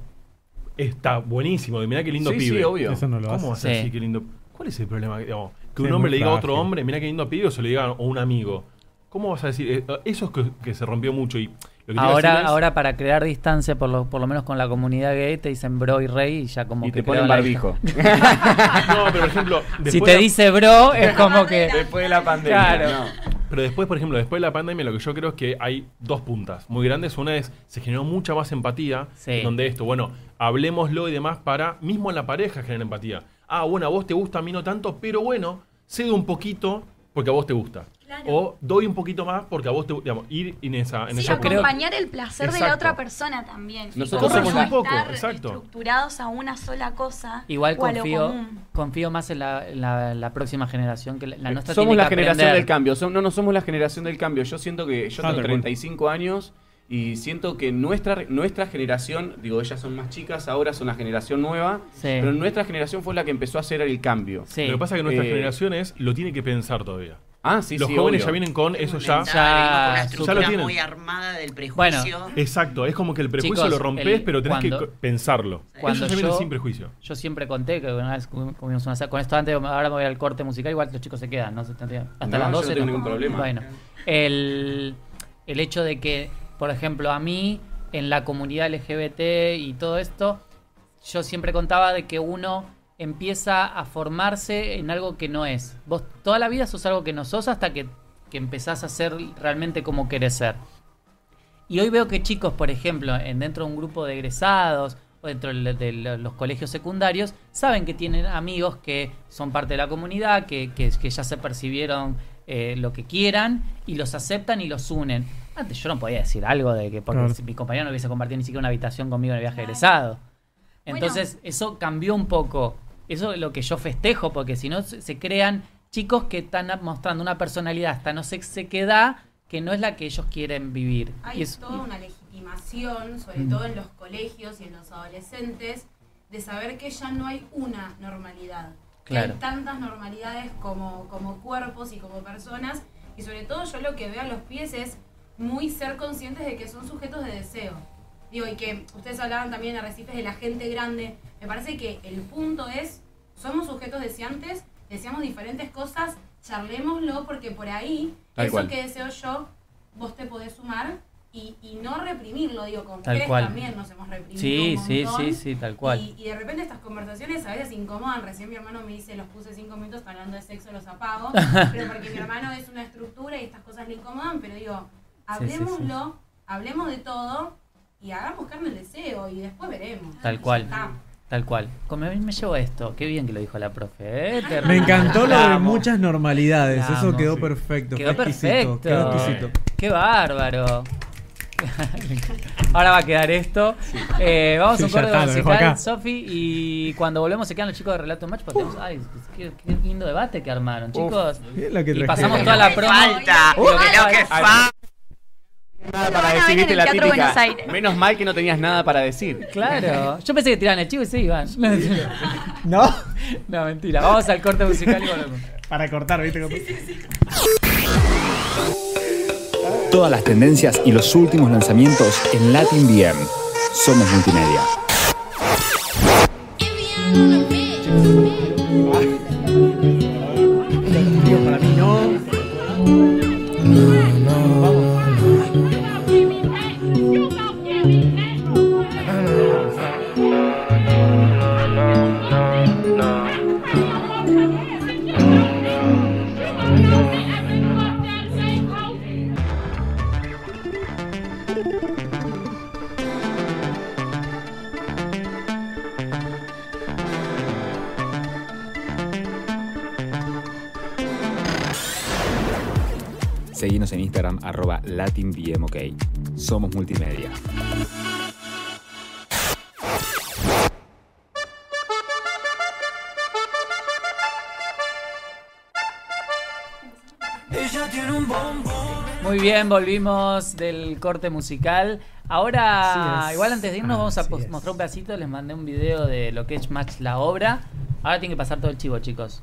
S2: está buenísimo. y Mirá qué lindo
S6: sí,
S2: pibe.
S6: sí, obvio.
S4: Eso no lo
S2: ¿Cómo
S4: hace.
S2: va a ser
S1: Sí.
S2: así? Qué lindo. ¿Cuál es el problema? Digamos, que
S4: Sí,
S2: un
S4: es
S2: hombre
S4: muy
S2: le diga a otro
S4: frágil.
S2: hombre, mira qué lindo pibe, o se lo diga a un amigo. ¿Cómo vas a decir? eh, Eso es que, que se rompió mucho. Y lo que te iba a
S1: Ahora,
S2: decir es-
S1: ahora para crear distancia, por lo, por lo menos con la comunidad gay, te dicen bro y rey y ya como
S6: y
S1: que...
S6: te ponen
S1: crearon la
S6: barbijo.
S2: "Ah, No, pero por ejemplo.
S1: [laughs] Si
S2: después
S1: te
S2: la-
S1: dice bro, es como
S2: [laughs]
S1: que...
S6: [laughs] Después de la pandemia.
S1: Claro.
S6: no.
S2: Pero después, por ejemplo, después de la pandemia, lo que yo creo es que hay dos puntas muy grandes. Una es, se generó mucha más empatía,
S1: Sí.
S2: donde esto, bueno, hablemoslo y demás para, mismo en la pareja generar empatía. Ah, bueno, a vos te gusta, a mí no tanto, pero bueno, cedo un poquito porque a vos te gusta.
S5: Claro.
S2: O doy un poquito más porque a vos te gusta, digamos, ir en esa... En
S5: Sí,
S2: esa
S1: creo-
S5: acompañar el placer de la
S2: Exacto.
S5: otra persona también.
S6: Nosotros
S5: Como
S6: somos
S5: no
S6: la-
S5: estar
S2: poco, exacto.
S5: estructurados a una sola cosa
S1: Igual
S5: o a lo
S1: confío,
S5: común.
S1: confío más en la, en la- la próxima generación que la, la nuestra
S6: Eh, somos
S1: tiene
S6: la
S1: que
S6: generación
S1: aprender.
S6: del cambio. som- no, no somos la generación del cambio. Yo siento que yo
S4: Ah, tal
S6: tengo
S4: cual.
S6: 35 años y Y siento que nuestra, nuestra generación, digo, ellas son más chicas, ahora son la generación nueva,
S1: Sí.
S6: pero nuestra generación fue la que empezó a hacer el cambio.
S1: Sí.
S2: Lo que pasa es que nuestra
S6: Eh,
S2: generación es, lo tiene que pensar todavía.
S6: Ah, sí,
S2: Los
S6: sí,
S2: jóvenes
S6: obvio.
S2: ya vienen con eso ya.
S1: Ya-
S3: una
S1: ya lo
S3: estructura
S2: tienen.
S3: muy armada
S1: Bueno,
S3: del
S1: eh,
S3: prejuicio.
S2: Exacto, es como que el prejuicio
S1: Chicos,
S2: lo rompes,
S1: el-
S2: pero tenés que
S1: cuando-
S2: co- pensarlo.
S1: cuando
S2: Ellos ya vienen
S1: yo-
S2: sin prejuicio.
S1: Yo siempre conté que una vez comi- comimos una sa- Con esto antes, ahora me voy al corte musical, igual los chicos se quedan, ¿no? Se tendrían- Hasta
S6: No,
S1: las
S6: yo no
S1: 12.
S6: tengo ningún problema.
S1: Bueno, el, el hecho de que, por ejemplo, a mí, en la comunidad LGBT y todo esto, yo siempre contaba de que uno empieza a formarse en algo que no es. Vos toda la vida sos algo que no sos hasta que, que empezás a ser realmente como querés ser. Y hoy veo que chicos, por ejemplo, en dentro de un grupo de egresados o dentro de, de lo- los colegios secundarios, saben que tienen amigos que son parte de la comunidad, que, que- que ya se percibieron eh, lo que quieran y los aceptan y los unen. Antes yo no podía decir algo de que porque
S4: Claro.
S1: si mi compañero no hubiese compartido ni siquiera una habitación conmigo en el viaje de egresado. Entonces, eso cambió un poco. Eso es lo que yo festejo, porque si no, se se crean chicos que están mostrando una personalidad hasta no sé sequedad que no es la que ellos quieren vivir.
S8: Hay
S1: Y es-
S8: toda una legitimación, sobre
S1: Mm.
S8: todo en los colegios y en los adolescentes, de saber que ya no hay una normalidad. Que
S1: Claro.
S8: Hay tantas normalidades como, como cuerpos y como personas. Y sobre todo yo lo que veo a los pies es muy ser conscientes de que son sujetos de deseo. Digo, y que ustedes hablaban también de arrecifes de la gente grande. Me parece que el punto es, somos sujetos deseantes, deseamos diferentes cosas, charlémoslo porque por ahí,
S6: Tal
S8: eso
S6: cual.
S8: que deseo yo, vos te podés sumar y, y no reprimirlo, digo, con
S1: Tal
S8: mujeres
S1: cual.
S8: también nos hemos reprimido.
S1: Sí,
S8: un
S1: sí,
S8: montón.
S1: sí, sí, tal cual.
S8: Y, y de repente estas conversaciones a veces incomodan. Recién mi hermano me dice, los puse cinco minutos hablando de sexo,
S1: [laughs]
S8: los apago. pero porque mi hermano es una estructura y estas cosas le incomodan. Pero digo,
S1: Sí, sí, sí.
S8: hablemoslo, hablemos de todo y hagamos carne el deseo y después veremos.
S1: Tal
S8: Ya
S1: cual.
S8: está.
S1: Tal cual. Como me, me llevo esto. Qué bien que lo dijo la profe. ¿eh? Te
S4: Me
S1: re-
S4: encantó lo
S1: la
S4: de
S1: amo.
S4: muchas normalidades.
S1: La
S4: Eso
S1: amo,
S4: quedó
S2: sí.
S4: perfecto.
S1: Quedó
S4: fue exquisito,
S1: perfecto.
S4: Quedó exquisito.
S1: Qué bárbaro. [laughs] Ahora va a quedar esto. Eh, vamos
S4: Sí,
S1: a un
S4: ya
S1: corte
S4: está, lo dejo acá.
S1: musical, Sofi. Y cuando volvemos se quedan los chicos de Relato Match. Porque tenemos- ay, qué, qué lindo debate que armaron, chicos.
S4: Mirá lo que
S1: Y
S4: trajeron.
S1: pasamos
S3: Lo
S1: toda la
S3: que
S1: promo.
S3: falta,
S1: Lo que
S3: lo que, lo que
S1: falta.
S3: falta.
S6: Nada
S5: Lo van a ver en el Teatro Buenos Aires.
S6: Menos mal que no tenías nada para decir.
S1: Claro. Yo pensé que tiraban el chivo y se iban.
S4: ¿No?
S1: [laughs] No, mentira. Vamos al corte musical y volvemos.
S4: Para cortar, ¿viste?
S9: Todas las tendencias y los últimos lanzamientos en Latin VM. Somos multimedia.
S4: Digo, para mí no.
S9: Seguinos en Instagram arroba LatinVM, ok. Somos multimedia.
S1: Muy bien, volvimos del corte musical. Ahora,
S4: Así es.
S1: igual antes de irnos, vamos a
S4: Así
S1: pos-
S4: es.
S1: mostrar un pedacito. Les mandé un video de lo que es Match la obra. Ahora tiene que pasar todo el chivo, chicos.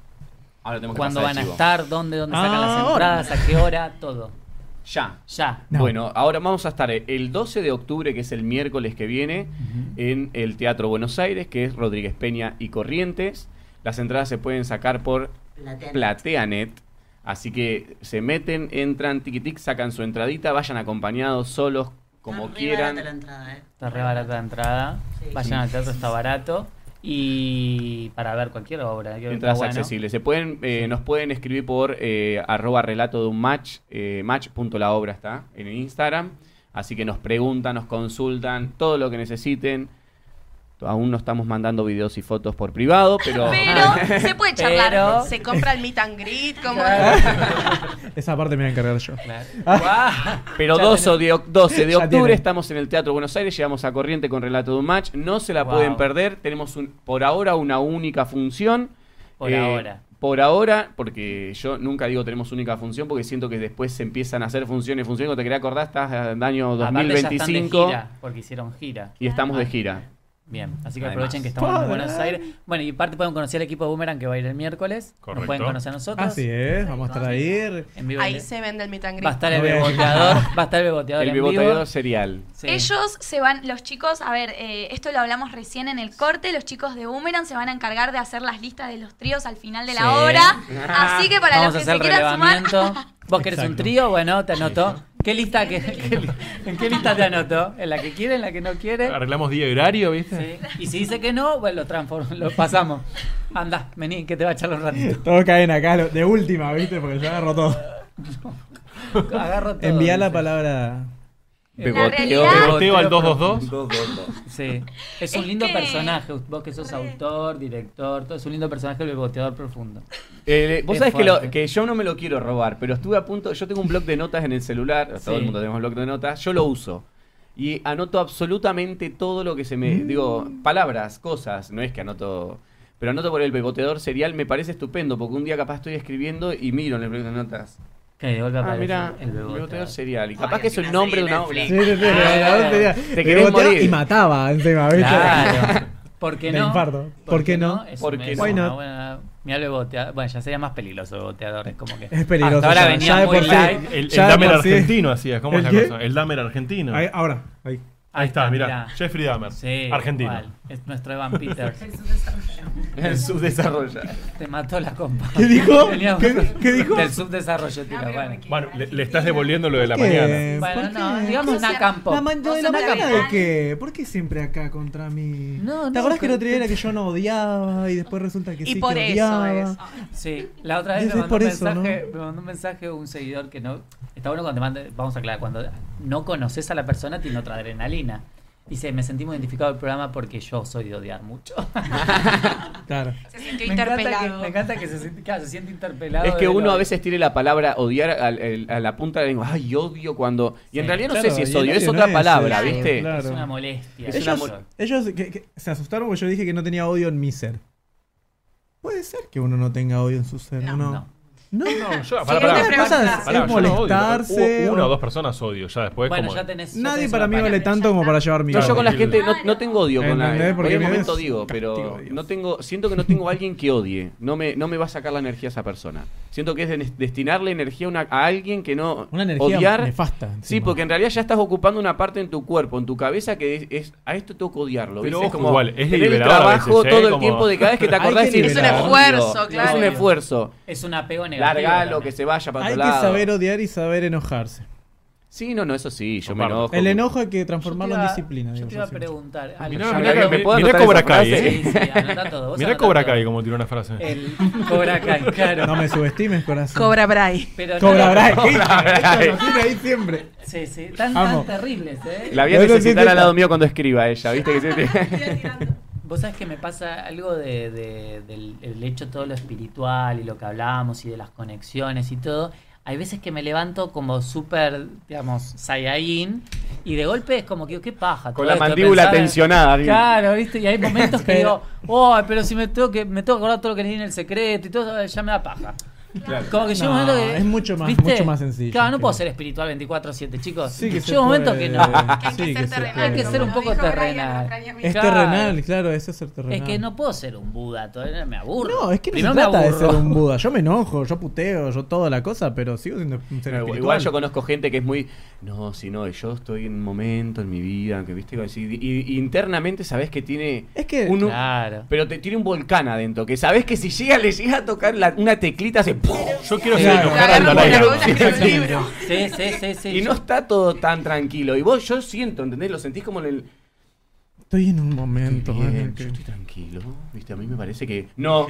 S6: Ahora tenemos que
S1: Cuándo
S6: pasar
S1: van a
S6: el chivo.
S1: estar, dónde, dónde sacan las
S4: Ahora.
S1: entradas, a qué hora, todo.
S6: Ya.
S1: Ya.
S4: No.
S6: Bueno, ahora vamos a estar el 12 de octubre, que es el miércoles que viene, en el Teatro Buenos Aires, que es Rodríguez Peña y Corrientes. Las entradas se pueden sacar por
S3: Platea.
S6: PlateaNet. Así que se meten, entran, tiquitic, sacan su entradita, vayan acompañados, solos, como
S3: Está re
S6: quieran.
S3: barata la entrada, ¿eh?
S1: Está re barata la entrada.
S3: Sí.
S1: Vayan al teatro, está barato. Y para ver cualquier obra. creo que está
S6: Entradas
S1: bueno.
S6: accesibles. Se pueden, eh, nos pueden escribir por eh, arroba relato de un match, eh, match.laobra está en el Instagram. Así que nos preguntan, nos consultan, todo lo que necesiten. Aún no estamos mandando videos y fotos por privado, pero
S5: Pero se puede charlar.
S1: Pero-
S7: Se compra el meet and
S8: [laughs]
S7: greet, como
S4: Esa parte me voy a encargar yo.
S1: Claro.
S6: Ah.
S1: Guau. [laughs]
S6: pero
S1: Ya
S6: 12 de, oc- 12 de
S4: Ya
S6: octubre
S4: tienen.
S6: estamos en el Teatro Buenos Aires, llegamos a Corriente con Relato de un Match. No se la
S1: Wow.
S6: pueden perder, tenemos un- por ahora una única función. Eh,
S1: Por ahora.
S6: Por ahora, porque yo nunca digo tenemos única función, porque siento que después se empiezan a hacer funciones, funciones. Cuando te querés acordar, estás en año
S1: Aparte ya están de
S6: 2025
S1: gira, Ah. porque hicieron gira.
S6: y estamos de gira.
S1: Bien, así que
S6: Además.
S1: aprovechen que estamos en Buenos Aires. Bueno, y parte pueden conocer al equipo de Boomerang que va a ir el miércoles. Nos
S2: Correcto.
S1: pueden conocer a nosotros.
S4: Así es, vamos a estar ahí.
S1: En vivo
S8: Ahí
S1: en-
S8: se vende el meet and
S1: Va a
S8: greet.
S1: estar el
S4: No voy a decir
S1: beboteador. Va a estar el beboteador
S6: El
S1: en vivo.
S6: beboteador serial.
S1: Sí.
S5: Ellos se van, los chicos, a ver, eh, esto lo hablamos recién en el corte, los chicos de Boomerang se van a encargar de hacer las listas de los tríos al final de la
S1: Sí. [laughs]
S5: obra. Así que para
S1: Vamos
S5: los
S1: a
S5: que
S1: hacer
S5: se quieran sumar,
S1: relevamiento.
S5: [laughs]
S1: ¿Vos querés un
S4: Exacto.
S1: trío? Bueno, te anoto. ¿Qué lista que, [laughs] qué li- ¿En qué lista te anoto? ¿En la que quiere, en la que no quiere?
S2: Arreglamos día y horario, ¿viste?
S1: Sí. Y si dice que no, bueno, lo transform- lo pasamos. Anda, vení, que te va a echar un ratito.
S4: Todos caen acá lo- de última, ¿viste? Porque yo agarro todo.
S1: Agarro todo.
S4: Envía la
S1: dice.
S4: palabra.
S6: Beboteo.
S5: realidad-
S2: Boteo al 222.
S1: Sí. Es un
S5: Es
S1: lindo
S5: que-
S1: personaje. Vos que sos autor, director, todo es un lindo personaje el beboteador profundo.
S6: Eh, vos
S1: Es
S6: sabés que, lo-
S1: fuerte.
S6: que yo no me lo quiero robar, pero estuve a punto. Yo tengo un blog de notas en el celular.
S1: Sí.
S6: Todo el mundo tenemos blog de notas. Yo lo uso. Y anoto absolutamente todo lo que se
S1: Mm.
S6: me. Digo, palabras, cosas. No es que anoto. Pero anoto por el beboteador serial. Me parece estupendo, porque un día capaz estoy escribiendo y miro en el blog de notas.
S1: Que vuelve a
S6: Ah,
S1: aparecer
S6: mira,
S1: el
S6: el
S1: beboteador.
S6: beboteador serial. Y
S3: Ay,
S6: capaz que es
S3: hace
S6: el
S3: una
S6: nombre de
S3: serie
S6: una obra.
S3: Netflix.
S4: Sí, sí, sí, la otra tenía-
S6: Ah, Te querés
S4: beboteaba
S6: morir.
S4: Y mataba encima, ¿viste?
S1: Claro. ¿Por qué
S4: Me
S1: no?
S4: infarto. ¿Por qué no?
S1: Es
S6: ¿Por
S1: una-
S6: qué
S1: es
S6: no?
S1: una
S4: Why not?
S1: buena- Mirá el beboteador. Bueno, ya sería más peligroso el beboteador. Es como que.
S4: Es peligroso
S1: Hasta ahora
S4: ya.
S1: venía
S4: Ya de
S1: muy
S4: por sí.
S1: light.
S2: El, el
S4: Ya de
S2: Dahmer
S4: por sí.
S2: argentino hacías, ¿cómo es
S4: ¿El
S2: la
S4: qué?
S2: cosa? El Dahmer argentino.
S4: [laughs] Ahí,
S2: Ahí,
S4: ahora, ahí.
S2: está, mirá.
S1: mirá.
S2: Jeffrey Dahmer.
S1: Sí,
S2: argentino.
S1: igual. Es nuestro Evan
S4: [laughs]
S1: Peters.
S6: El subdesarrollo.
S1: Te mató la compa. [laughs]
S4: ¿Qué dijo?
S1: Teníamos-
S4: ¿Qué- qué dijo?
S1: Del subdesarrollo, tío. bueno.
S2: Bueno, le, le estás devolviendo lo de la
S4: ¿Qué?
S2: mañana.
S1: Bueno,
S4: ¿Por
S1: no,
S4: qué?
S1: digamos Nakam Pop.
S4: La man-
S8: No
S4: de la
S8: somos
S4: mañana
S8: la
S4: de qué? ¿Por qué siempre acá contra mí?
S1: No, no,
S4: ¿Te
S1: pero-
S4: acordás que el otro día era que yo no odiaba y después resulta que
S8: Y
S4: sí
S8: por
S4: que
S8: eso
S4: odiaba?
S8: es.
S1: Sí, la otra vez
S4: Ese
S1: me
S4: es
S1: mandó,
S4: por
S1: un
S4: eso,
S1: mensaje, me mandó un mensaje un seguidor que no. Está bueno cuando te mande, vamos a aclarar, cuando no conoces a la persona tiene otra adrenalina. Dice, me sentí muy identificado el programa porque yo soy de odiar [laughs] mucho.
S4: Claro.
S8: Se sintió
S1: me, encanta que,
S8: interpelado.
S1: me encanta que se siente, claro, se siente interpelado.
S6: Es que
S1: de
S6: uno
S1: lo-
S6: a veces tiene la palabra odiar al- el- a, la punta de la lengua. Ay, odio cuando. Y en
S1: Sí,
S6: realidad no
S4: claro,
S6: sé si
S4: y
S6: es
S4: el
S6: odio, es
S4: odio no
S6: otra
S4: es
S6: palabra,
S4: eso,
S6: ¿viste?
S4: claro.
S1: Es una molestia.
S6: Es una
S4: Ellos,
S6: mol-
S4: ellos que- que se asustaron porque yo dije que no tenía odio en mi ser. Puede ser que uno no tenga odio en su ser, ¿o ¿no?
S1: no.
S4: No,
S2: No, yo,
S8: Sí,
S2: pará,
S8: no
S2: pará.
S4: Una
S8: te
S4: cosa es-
S8: preguntas.
S2: Pará,
S4: es
S2: yo no odio.
S4: molestarse.
S2: U- Una o
S4: o-
S2: dos personas odio, ya después
S1: Bueno,
S2: como.
S1: ya tenés. ya
S4: Nadie
S1: tenés
S4: para
S1: una
S4: mí vale
S1: palabra.
S4: tanto como para llevar mi
S6: No, yo con la
S2: Claro.
S6: gente no, no tengo odio con la
S4: ¿Entendés?
S6: por
S4: Porque
S6: el
S4: me
S6: momento
S4: ves
S6: digo,
S4: castigo,
S6: pero
S4: Dios.
S6: no tengo, siento que no tengo a alguien que odie. No me, no me va a sacar la energía a esa persona. Siento que es de- destinarle energía a, una- a alguien que no
S4: Una energía
S6: odiar.
S4: nefasta.
S6: Sí,
S4: encima.
S6: porque en realidad ya estás ocupando una parte en tu cuerpo, en tu cabeza que es, es- a esto tengo que odiarlo.
S2: Pero
S6: ¿viste?
S2: ojo,
S6: como
S2: igual, es
S6: tener el
S2: liberador a
S6: trabajo
S2: veces, ¿eh?
S6: todo el
S2: Como-
S6: tiempo de cada vez que te
S4: Hay que
S6: acordás decís,
S4: Es un
S6: "Ah,
S8: esfuerzo,
S6: odio".
S8: claro.
S6: Es un esfuerzo.
S1: Es un apego negativo.
S6: Largalo, que
S1: también.
S6: se vaya para
S4: Hay
S6: otro
S4: que
S6: lado.
S4: saber odiar y saber enojarse.
S6: Sí, no, no, eso sí, yo me
S2: Comparto.
S6: enojo.
S4: El enojo hay que
S1: Yo te
S4: transformarlo en
S1: iba-
S4: disciplina.
S1: Yo
S4: digo
S1: te iba a
S4: yo siempre.
S1: preguntar. Ah,
S2: Mirá,
S1: yo-
S2: mirá,
S1: yo-
S2: me
S6: puedo
S2: mirá
S6: anotar
S2: Cobra
S6: esa
S2: Kai,
S6: frase.
S2: eh.
S1: Sí, sí, anotá todo. vos
S2: Mirá
S1: anotá
S2: Cobra
S1: todo. Eh,
S2: Kai, como tiró una frase.
S1: El Cobra Kai, claro.
S4: No me subestimes, corazón.
S8: Cobra Bray.
S1: Pero no-
S4: Cobra Brai.
S6: Brai.
S4: Esto lo tiene ahí siempre.
S1: Sí, sí, tan, tan
S4: Amo.
S1: terribles, ¿eh?
S6: La voy a
S4: No, no,
S6: necesitar
S4: sí, sí,
S6: al lado
S4: sí.
S6: mío cuando escriba ella, ¿viste?
S4: [laughs]
S6: Que se-
S1: Vos sabés que me pasa algo de, de- del el hecho todo lo espiritual y lo que hablábamos y de las conexiones y todo. Hay veces que me levanto como súper, digamos, Saiyajin y de golpe es como que, "Oh, qué paja. todo
S6: Con la
S1: esto de
S6: mandíbula
S1: pensar en-
S6: tensionada. digo.
S1: Claro, ¿viste? Y hay momentos
S4: [laughs]
S1: que digo, oh, pero si me tengo que, me tengo que acordar todo lo que leí en el secreto y todo, ya me da paja. Como que llega un
S4: No,
S1: momento que.
S4: es mucho más- mucho más sencillo,
S1: Claro, no
S4: creo.
S1: puedo ser espiritual 24-7, chicos.
S4: Sí que se
S1: llega un momento que no.
S4: [laughs] puede.
S8: Que hay que
S4: Sí,
S8: ser
S4: se
S8: terrenal.
S4: puede.
S1: Hay que ser un poco
S7: Dijo Brian,
S1: terrenal.
S7: extrañamente.
S4: Es
S1: Claro.
S4: terrenal, claro, eso es ser terrenal.
S1: Es que no puedo ser un Buda, todavía me aburro.
S4: No, es que no
S1: Primero
S4: se
S1: me
S4: trata de
S1: aburro.
S4: ser un Buda. Yo me enojo, yo puteo, yo toda la cosa, pero sigo siendo un ser
S6: Pero
S4: espiritual.
S6: Igual yo conozco gente que es muy. No, si no, yo estoy en un momento en mi vida que, viste, así, y, y internamente sabes que tiene.
S4: Es que-
S6: un-
S1: Claro.
S6: Pero te tiene un volcán adentro, que sabes que si llega, le llega a tocar la- una teclita, hace. ¡pum!
S2: Yo quiero
S4: Sí,
S2: ser
S4: claro.
S2: enojar al
S8: Agarro
S2: Dalai
S8: una
S2: Lama.
S8: cosa que es un libro.
S1: Sí, sí, sí, sí.
S6: Y no está todo tan tranquilo. Y vos, yo siento, ¿entendés? Lo sentís como en el.
S4: Estoy en un momento.
S6: Bien,
S4: en el que-
S6: yo estoy tranquilo, ¿viste? A mí me parece que. No.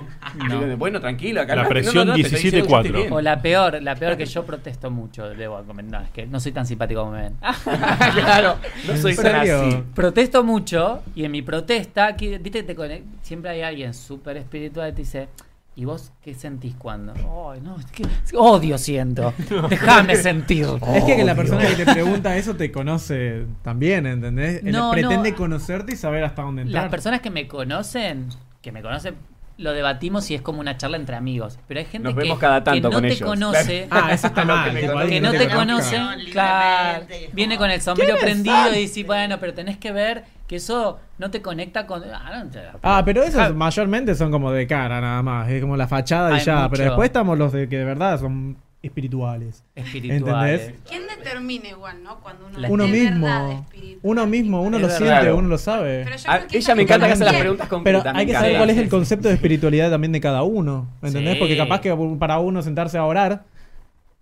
S6: Bueno, tranquila, calmate.
S2: presión
S6: te estoy diciendo que yo estoy
S2: 17-4.
S6: bien.
S1: O la peor, la peor que yo protesto mucho, debo comentar, es que no soy tan simpático como me ven. [laughs]
S6: claro, no soy
S4: ¿En
S6: tan
S4: serio?
S6: así.
S1: Protesto mucho y en mi protesta, que- viste que te conec- siempre hay alguien súper espiritual que te dice, ¿y vos qué sentís cuando? Ay, no, es que- odio
S4: [laughs]
S1: siento, déjame sentir.
S4: Es que, que la persona que te pregunta eso te conoce también, ¿entendés? Él
S1: No,
S4: pretende
S1: no.
S4: conocerte y saber hasta dónde entrar.
S1: Las personas que me conocen, que me conocen, lo debatimos y es como una charla entre amigos. Pero hay gente
S6: Nos
S1: que,
S6: vemos cada tanto
S1: que no
S6: con
S1: te
S6: ellos.
S1: conoce.
S4: [laughs] Ah, eso está
S2: [laughs] No,
S4: mal.
S2: que me
S4: tipo,
S2: conozca.
S1: que
S4: alguien
S1: no te
S3: conozca.
S1: conoce,
S3: Libremente,
S1: claro.
S3: y es como,
S1: Viene con el sombrero
S4: ¿quién es?
S1: prendido y dice, bueno, pero tenés que ver que eso no te conecta con... Ah, no te-
S4: Ah, pero esos
S1: Ah,
S4: mayormente son como de cara nada más, es como la fachada y
S1: Hay
S4: ya,
S1: mucho.
S4: pero después estamos los de que de verdad son espirituales.
S1: espirituales.
S4: ¿entendés?
S8: ¿Quién determina igual, no? Cuando uno,
S1: La-
S8: es
S4: uno
S8: de
S4: mismo,
S8: verdad espiritual.
S4: uno mismo, uno
S6: Es
S4: lo
S6: verdad.
S4: siente,
S6: Claro.
S4: uno lo sabe.
S8: Pero yo
S6: Ah,
S8: creo que
S6: ella
S8: esa
S6: me encanta que hace las
S8: gente-
S6: preguntas
S4: Pero
S6: concretas. me
S4: hay que
S6: encanta.
S4: saber cuál es el concepto de espiritualidad también de cada uno, ¿entendés?
S1: Sí.
S4: Porque capaz que para uno sentarse a orar,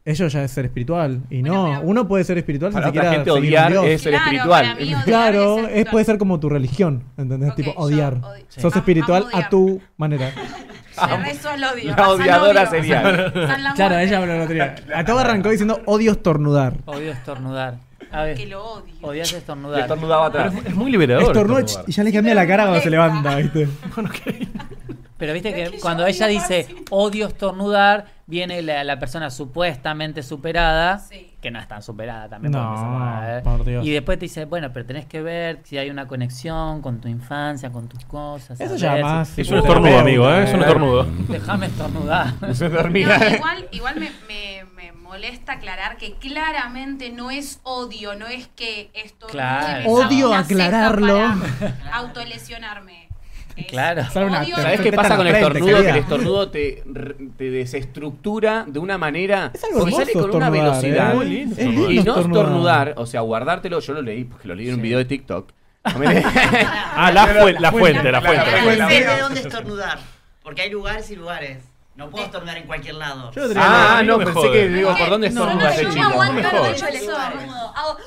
S4: eso ya es ser espiritual. Y
S8: Bueno,
S4: no,
S8: pero-
S4: uno puede ser espiritual
S6: Para
S4: sin
S6: otra
S4: siquiera
S6: gente
S4: seguir
S6: odiar
S4: un Dios.
S6: es el
S8: Claro,
S6: espiritual.
S8: para mí odiar
S4: Claro,
S8: es
S4: es, puede ser como tu religión, ¿entendés?
S8: Ok,
S4: tipo
S8: yo
S4: odiar.
S8: odi- Sí.
S4: Sos
S8: Am-
S4: espiritual
S8: amo
S4: a
S8: odiar.
S4: tu manera.
S8: La rezo al odio.
S6: Ah, La
S8: San
S6: odiadora
S8: odio,
S6: serial.
S8: San la
S4: Claro,
S8: muerte,
S4: ella habló la otra. [laughs] A todo arrancó diciendo odio estornudar.
S1: Odio estornudar. A ver,
S8: Que lo odio.
S1: odias
S6: Y
S1: estornudar.
S6: estornudaba atrás.
S2: Es muy liberador.
S4: Estornuda ch-
S2: estornudar.
S4: y ya le cambia la cara cuando se levanta, ¿viste?
S1: Pero viste que,
S8: Es que yo
S1: cuando
S8: odio
S1: ella
S8: a
S1: dice
S8: Maxi.
S1: odio estornudar, viene la, la persona supuestamente superada,
S8: Sí.
S1: que no es tan superada también.
S4: No,
S1: porque somos, ¿eh?
S4: por Dios.
S1: Y después te dice, bueno, pero tenés que ver si hay una conexión con tu infancia, con tus cosas.
S4: Eso
S1: a
S4: ya
S1: ver
S4: más.
S1: si-
S2: Es un estornudo, amigo, ¿eh? Es un estornudo.
S1: Déjame estornudar.
S6: Se
S8: No,
S6: dormía.
S8: igual igual me, me- me molesta aclarar que claramente no es odio, no es que esto
S1: Claro.
S4: Odio aclararlo.
S8: autolesionarme. Es
S1: Claro.
S4: Sale una
S8: odio-
S4: tercera.
S6: ¿Sabes qué
S4: te
S6: pasa
S4: está
S6: con
S4: en
S6: el
S4: la frente,
S6: estornudo? Que el
S4: querida.
S6: estornudo te, te desestructura de una manera.
S4: Es algo
S6: porque sale
S4: hermoso
S6: con una
S4: estornudar,
S6: velocidad.
S4: ¿eh?
S2: Muy lindo
S4: Es lindo
S6: Y no estornudar,
S4: estornudar.
S6: o sea, guardártelo, yo lo leí porque lo leí en un
S1: Sí.
S6: video de TikTok. No me-
S2: Ah, la, fue- la fuente, la fuente. La
S3: Claro,
S2: fuente.
S3: depende de dónde estornudar. Porque hay lugares y lugares. No puedo estornudar en cualquier lado.
S4: Yo tendría
S6: ah,
S2: A mí no
S6: no,
S2: me
S6: pensé
S2: jode.
S6: que digo, ¿por dónde
S8: Yo no,
S6: estornudas, eh,
S8: yo no
S6: chico?
S8: aguanto
S6: No me
S8: el
S6: jodas.
S8: hecho del estornudo. Hago-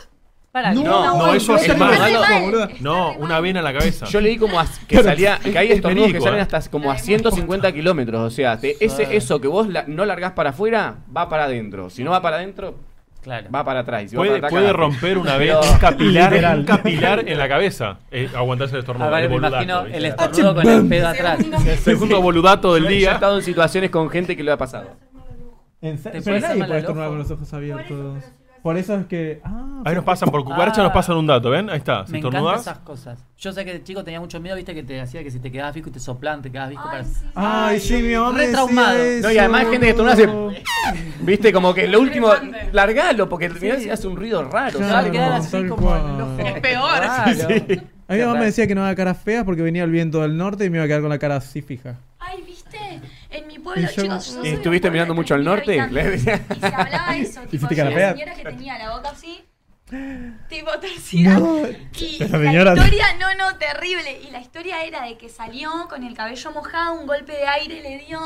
S2: No, no, eso
S4: es
S2: hace
S4: mal.
S2: mal.
S4: boludo.
S2: No, una vena en la cabeza.
S6: Yo leí como as- que salía que hay
S2: es
S6: estornudos que
S2: verídico,
S6: salen
S2: eh.
S6: hasta como a 150 kilómetros, o sea, te- ese eso que vos la- no largás para afuera va para adentro, si no va para adentro
S1: Claro.
S6: va para atrás, y si va
S2: Puede,
S6: para atrás,
S2: puede
S6: cagaste.
S2: romper una vez
S6: Pero-
S2: un capilar,
S4: Literal.
S2: un capilar en la cabeza. Eh, aguantarse el estornudo.
S1: A ver,
S2: el
S1: me
S2: boludato,
S1: imagino
S2: ¿viste?
S1: el estornudo con el pedo atrás.
S2: Segundo boludato del
S6: [laughs] Yo he
S2: día.
S6: estado en situaciones con gente que lo ha pasado.
S4: En serio,
S1: Te
S4: Pero
S1: pones
S4: nadie
S1: mal
S4: puede
S1: al
S4: estornudar
S1: ojo.
S4: con los ojos abiertos. Por eso es que. Ah,
S2: Ahí nos pasan por cucaracha,
S1: Ah.
S2: nos pasan un dato, ¿ven? Ahí está. Si
S1: Me encantan
S2: estornudas,
S1: esas cosas. Yo sé que de chico tenía mucho miedo, viste, que te hacía que si te quedabas visco y te soplan, te quedabas visco para.
S4: Ay, sí, mi mamá. me decía
S1: Retraumado.
S4: eso.
S6: No, y además hay gente que estornuda hace- Viste, como que lo último,
S8: Interesante.
S6: largalo, porque al final hace un ruido
S1: Te
S6: raro.
S4: Claro.
S1: vas a
S6: ¿sabes?
S1: quedar así
S4: tal
S1: como el
S4: cual.
S1: ojo.
S4: Es
S8: peor. [laughs]
S1: [laughs] Claro.
S4: A mí mi mamá me decía que no haga caras feas porque venía el viento del norte y me iba a quedar con la cara así fija.
S5: Ay, ¿viste? En mi pueblo,
S4: Y yo-
S5: chicos, yo soy de un
S6: ¿Estuviste
S5: pueblo
S6: mirando
S5: de
S6: mucho al
S5: 3.000
S6: norte?
S5: habitantes. Y se hablaba
S6: [laughs]
S5: de eso, tipo,
S4: ¿Hiciste
S5: había
S4: carapea?
S5: una señora que tenía la boca así, tipo torcida.
S4: [laughs]
S5: Y
S4: Esa
S5: la
S4: señora-
S5: historia, no, no, terrible. Y la historia era de que salió con el cabello mojado, un golpe de aire le dio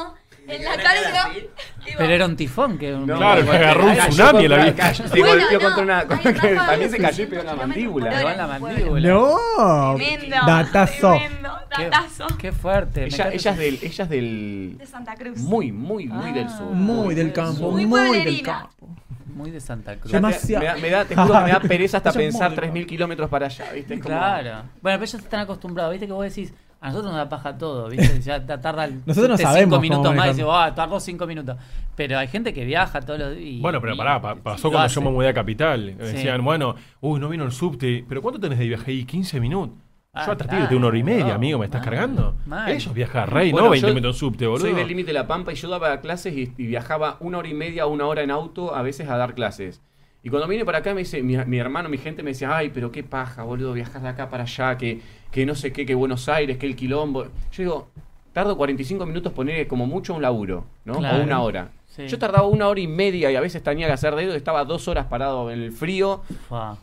S5: en la cara y se la-
S3: Así.
S5: tipo,
S1: Pero era un tifón que un-
S6: No,
S2: Claro,
S6: porque
S2: agarró un
S6: cayó
S2: tsunami
S6: contra-
S2: la vieja.
S6: cayó- Se
S5: Bueno,
S6: golpeó
S5: no,
S6: contra una.
S5: hay
S6: contra-
S5: ramas
S6: También se
S5: de
S6: cayó y
S5: 300
S6: pegó en la
S5: kilómetros
S6: mandíbula.
S5: por
S1: Le
S5: hora.
S1: va en la mandíbula.
S4: ¡No!
S5: Tremendo.
S4: Datazo.
S5: Tremendo,
S1: Qué,
S5: datazo.
S1: qué fuerte. me
S6: Ella,
S1: encanta
S6: ella es
S1: esa-
S6: del. Ella es del
S5: De Santa Cruz.
S6: muy, muy, muy
S1: Ah.
S6: del sur.
S4: Muy del campo.
S5: Muy
S4: Muy, del
S5: pueblerina.
S4: campo.
S1: Muy de Santa Cruz.
S6: Ya te-
S4: Demasiado.
S6: Me da, me da- te juro que
S4: [laughs]
S6: me da pereza hasta
S4: Ella es muy
S6: pensar
S4: del
S6: 3.000 kilómetros para allá, ¿viste? Es como-
S1: Claro. Bueno, pero ellos están acostumbrados, viste que vos decís, a nosotros nos da paja todo, viste, ya ta- tarda el
S4: Nosotros no
S1: subte cinco
S4: sabemos cómo
S1: minutos más y
S4: manejan.
S1: dice, ah, tardó cinco minutos. Pero hay gente que viaja todos los días.
S2: Bueno, pero pará, pa- pasó
S1: lo
S2: cuando
S1: hace.
S2: yo me mudé a Capital. Me
S1: Sí.
S2: Decían, bueno, uy, no vino el subte. ¿Pero cuánto tenés de viaje ahí? 15 minutos.
S1: Ah,
S2: yo a partir de
S1: claro,
S2: una hora y media,
S1: boludo.
S2: amigo, ¿me estás
S1: Mal,
S2: cargando?
S1: mal.
S2: Ellos viajan a rey,
S6: Bueno,
S2: no 20
S6: yo
S2: minutos en subte,
S6: Soy
S2: boludo.
S6: del límite de La Pampa y yo daba clases y, y viajaba una hora y media, una hora en auto, a veces a dar clases. Y cuando vine para acá me dice, mi, mi hermano, mi gente me decía, ay, pero qué paja, boludo, viajar de acá para allá, que, que no sé qué, que Buenos Aires, que el quilombo. Yo digo, tardo 45 minutos poner como mucho un laburo, ¿no?
S1: Claro.
S6: O una hora.
S1: Sí.
S6: Yo tardaba una hora y media y a veces tenía que hacer dedo, estaba dos horas parado en el frío,
S1: Fua.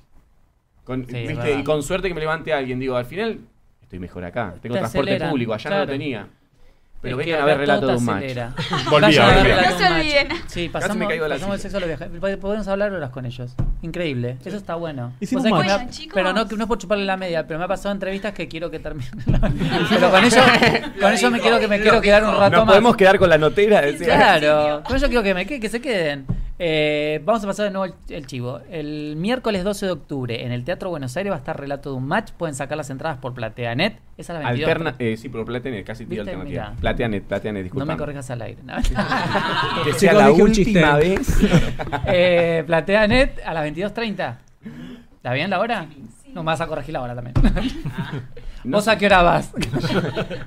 S6: con,
S1: Sí,
S6: ¿viste?
S1: es verdad.
S6: y con suerte que me levante alguien. Digo, al final estoy mejor acá, tengo
S1: Te
S6: transporte
S1: aceleran,
S6: público, allá no
S1: claro.
S6: lo tenía. Pero
S1: Es que
S6: vengan a
S1: acá
S6: ver
S1: todo
S6: relato
S1: te
S6: de un match.
S1: acelera.
S6: [laughs]
S2: Volví,
S1: Vayan a ver Relato
S2: volví.
S1: de un
S5: No se
S1: match.
S5: olviden.
S1: Sí,
S6: Casi
S1: pasamos,
S6: me caigo de la
S1: pasamos el
S6: silla.
S1: sexo a los viajes. Podemos hablar horas con ellos. Increíble. Eso está bueno.
S4: Hicimos
S1: Vos sabés que
S4: match.
S1: me ha-
S5: Oigan,
S1: pero no, que no es por chuparle la media, pero me ha pasado entrevistas que quiero que terminen.
S5: [laughs]
S1: pero con ellos, con ellos me quiero que me
S3: Lo
S1: quiero quedar un
S3: dijo.
S1: rato
S6: Nos
S1: más.
S6: podemos quedar con la notera. decía.
S1: Claro, con yo quiero que me que, que se queden. Eh, vamos a pasar de nuevo el, el chivo. El miércoles 12 de octubre en el Teatro Buenos Aires va a estar relato de un match. Pueden sacar las entradas por Plateanet. Esa es la 22.
S6: Alterna, eh, sí, pero Plateanet, casi tiro
S1: Viste,
S6: alternativa.
S1: mirá.
S6: Plateanet, Plateanet, disculpa.
S1: no me corrijas al aire. ¿no? [laughs]
S6: Ah, Que sea
S4: Chicos,
S6: la
S4: dije un
S6: última vez. [laughs]
S1: eh, Plateanet a las 22.30. ¿La bien la hora? No me vas a corregir ahora también. ¿Vos a qué hora vas?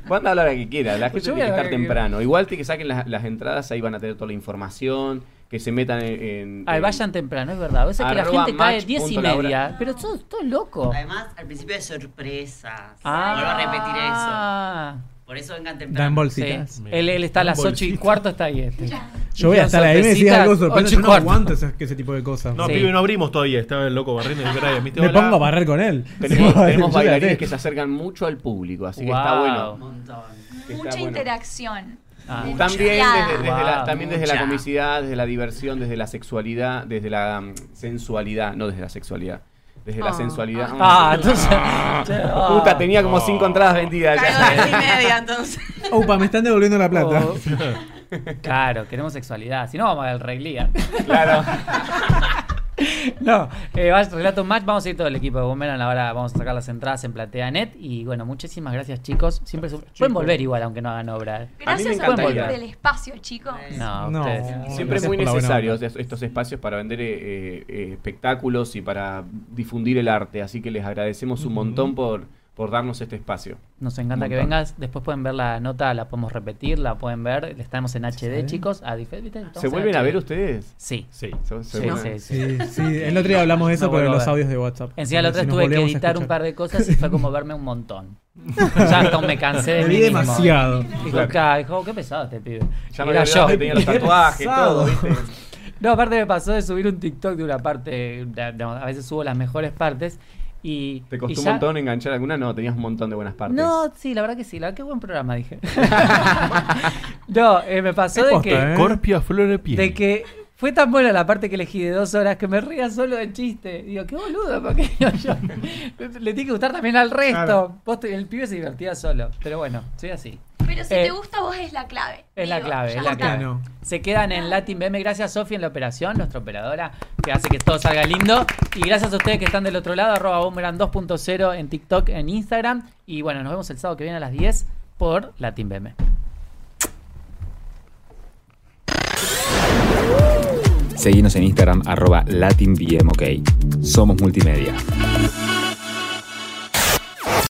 S6: Van a hablar a que quiera, la
S1: Pues
S6: gente
S1: yo voy
S6: tiene
S1: a
S6: que
S1: la
S6: estar
S1: que quiera.
S6: temprano. Igual te- que saquen las, las entradas, ahí van a tener toda la información, que se metan en... en-
S1: Ay,
S6: en-
S1: Ah, vayan temprano, es verdad. A veces que la
S6: Arroba
S1: gente cae
S6: match
S1: 10 y
S6: punto Laura.
S1: media. Pero todo, todo loco.
S3: Además, al principio es sorpresa.
S1: Ah.
S3: Vuelvo a repetir eso. Por eso vengan temprano.
S4: Dan
S1: Sí.
S4: bolsitas.
S2: Mira,
S1: Él, él está a
S2: un
S1: las 8 y
S2: bolsito.
S1: cuarto, está ahí. este.
S4: Yo voy
S1: Dijeron
S4: a estar ahí, me decís
S1: sorpresitas,
S4: algo sorpresa.
S1: ocho y
S4: Yo no
S1: cuarto.
S4: aguanto esas- que ese tipo de cosas.
S2: No,
S1: Sí.
S2: pibe, no abrimos todavía. Estaba el loco barriendo. y era, ¿viste?
S4: Me
S2: Hola.
S4: pongo a barrer con él.
S6: Tenemos,
S4: Sí,
S6: tenemos
S4: yo la
S6: bailarines
S4: tengo.
S6: que se acercan mucho al público, así que está
S1: Wow.
S6: bueno.
S3: Un montón.
S6: Está
S5: Mucha
S6: bueno.
S5: interacción.
S1: Ah.
S6: También, desde, desde la,
S1: Wow,
S6: también desde la
S3: mucha.
S6: comicidad, desde la diversión, desde la sexualidad, desde la mm, sensualidad, no desde la sexualidad, desde la
S8: Ah.
S6: sensualidad.
S1: Ah, entonces. [laughs] Che, ah.
S6: Puta, tenía como
S2: Ah.
S6: cinco entradas vendidas. ya.
S8: Caigo de y media, entonces.
S4: Opa, me están devolviendo la plata.
S1: Oh. Claro, queremos sexualidad. Si no, vamos al reglía.
S6: [laughs] Claro.
S1: No, eh, vas- relato match. Vamos a ir todo el equipo de Boomerang. Ahora vamos a sacar las entradas en PlateaNet. Y bueno, muchísimas gracias, chicos. Siempre su- pueden volver igual, aunque no hagan obra.
S5: Gracias a
S1: encantaría.
S5: ustedes por el espacio, chicos.
S1: No,
S4: No.
S1: ustedes.
S6: Siempre es
S4: Gracias
S6: muy
S4: por la buena
S6: necesario
S4: onda.
S6: es- estos espacios para vender eh, eh, espectáculos y para difundir el arte, así que les agradecemos un montón por, por darnos este espacio.
S1: Nos encanta
S6: Un
S1: que
S6: montón.
S1: vengas. Después pueden ver la nota, la podemos repetir, la pueden ver. Estamos en HD, chicos. A dif- ¿viste? Estamos
S6: ¿Se
S1: en
S6: vuelven a
S1: HD.
S6: ver ustedes?
S1: Sí.
S2: Sí.
S6: ¿Se- se
S1: Sí,
S6: vuelven a
S1: sí,
S6: ver?
S1: sí.
S4: Sí, sí, el otro día hablamos de eso,
S1: No
S4: pero
S1: vuelvo a
S4: los
S1: ver.
S4: audios de WhatsApp.
S1: Encima la otra
S4: Si nos
S1: tuve que
S4: volvíamos a
S1: editar un
S4: escuchar.
S1: par de cosas y fue como verme un
S4: [laughs]
S1: montón. Ya hasta me cansé de
S4: Me
S1: mí
S4: vi
S1: mismo.
S4: demasiado.
S1: Dijo,
S6: Claro.
S1: "Ca, dijo, qué pesado este pibe.
S6: Ya me
S1: Era
S6: había
S1: yo.
S6: olvidado
S1: [laughs]
S6: que tenía los
S4: Qué
S6: tatuajes, todo,
S4: pesado.
S6: ¿viste?
S1: No, aparte me pasó de subir un TikTok de una parte, de- de- a veces subo las mejores partes y...
S6: ¿Te
S1: y
S6: costó un
S1: ya-
S6: montón enganchar alguna? No, tenías un montón de buenas partes.
S1: No, sí, la verdad que sí, la qué buen programa,
S6: [laughs]
S1: dije. no, eh, me pasó
S4: Es
S1: de
S4: posta,
S1: que...
S4: ¿eh?
S2: Corpia Flor de Piel.
S1: De que fue tan buena la parte que elegí de dos horas que me ría solo del chiste. Digo, qué [laughs] boludo, porque yo, yo- le tiene que gustar también al resto.
S4: Claro.
S1: Vos te- el pibe se divertía solo. Pero bueno, soy así.
S5: Pero si
S1: Eh,
S5: te gusta vos es la clave.
S1: Es la
S5: Digo,
S1: clave,
S5: ya
S1: es la
S5: está.
S1: clave.
S4: no.
S1: Se quedan en Latin BM. Gracias, Sofi, en la operación, nuestra operadora, que hace que todo salga lindo. Y gracias a ustedes que están del otro lado, arroba boomerang 2.0 en TikTok, en Instagram. Y bueno, nos vemos el sábado que viene a las 10 por Latin BM.
S10: Seguinos en Instagram arroba latinbmok. Somos multimedia.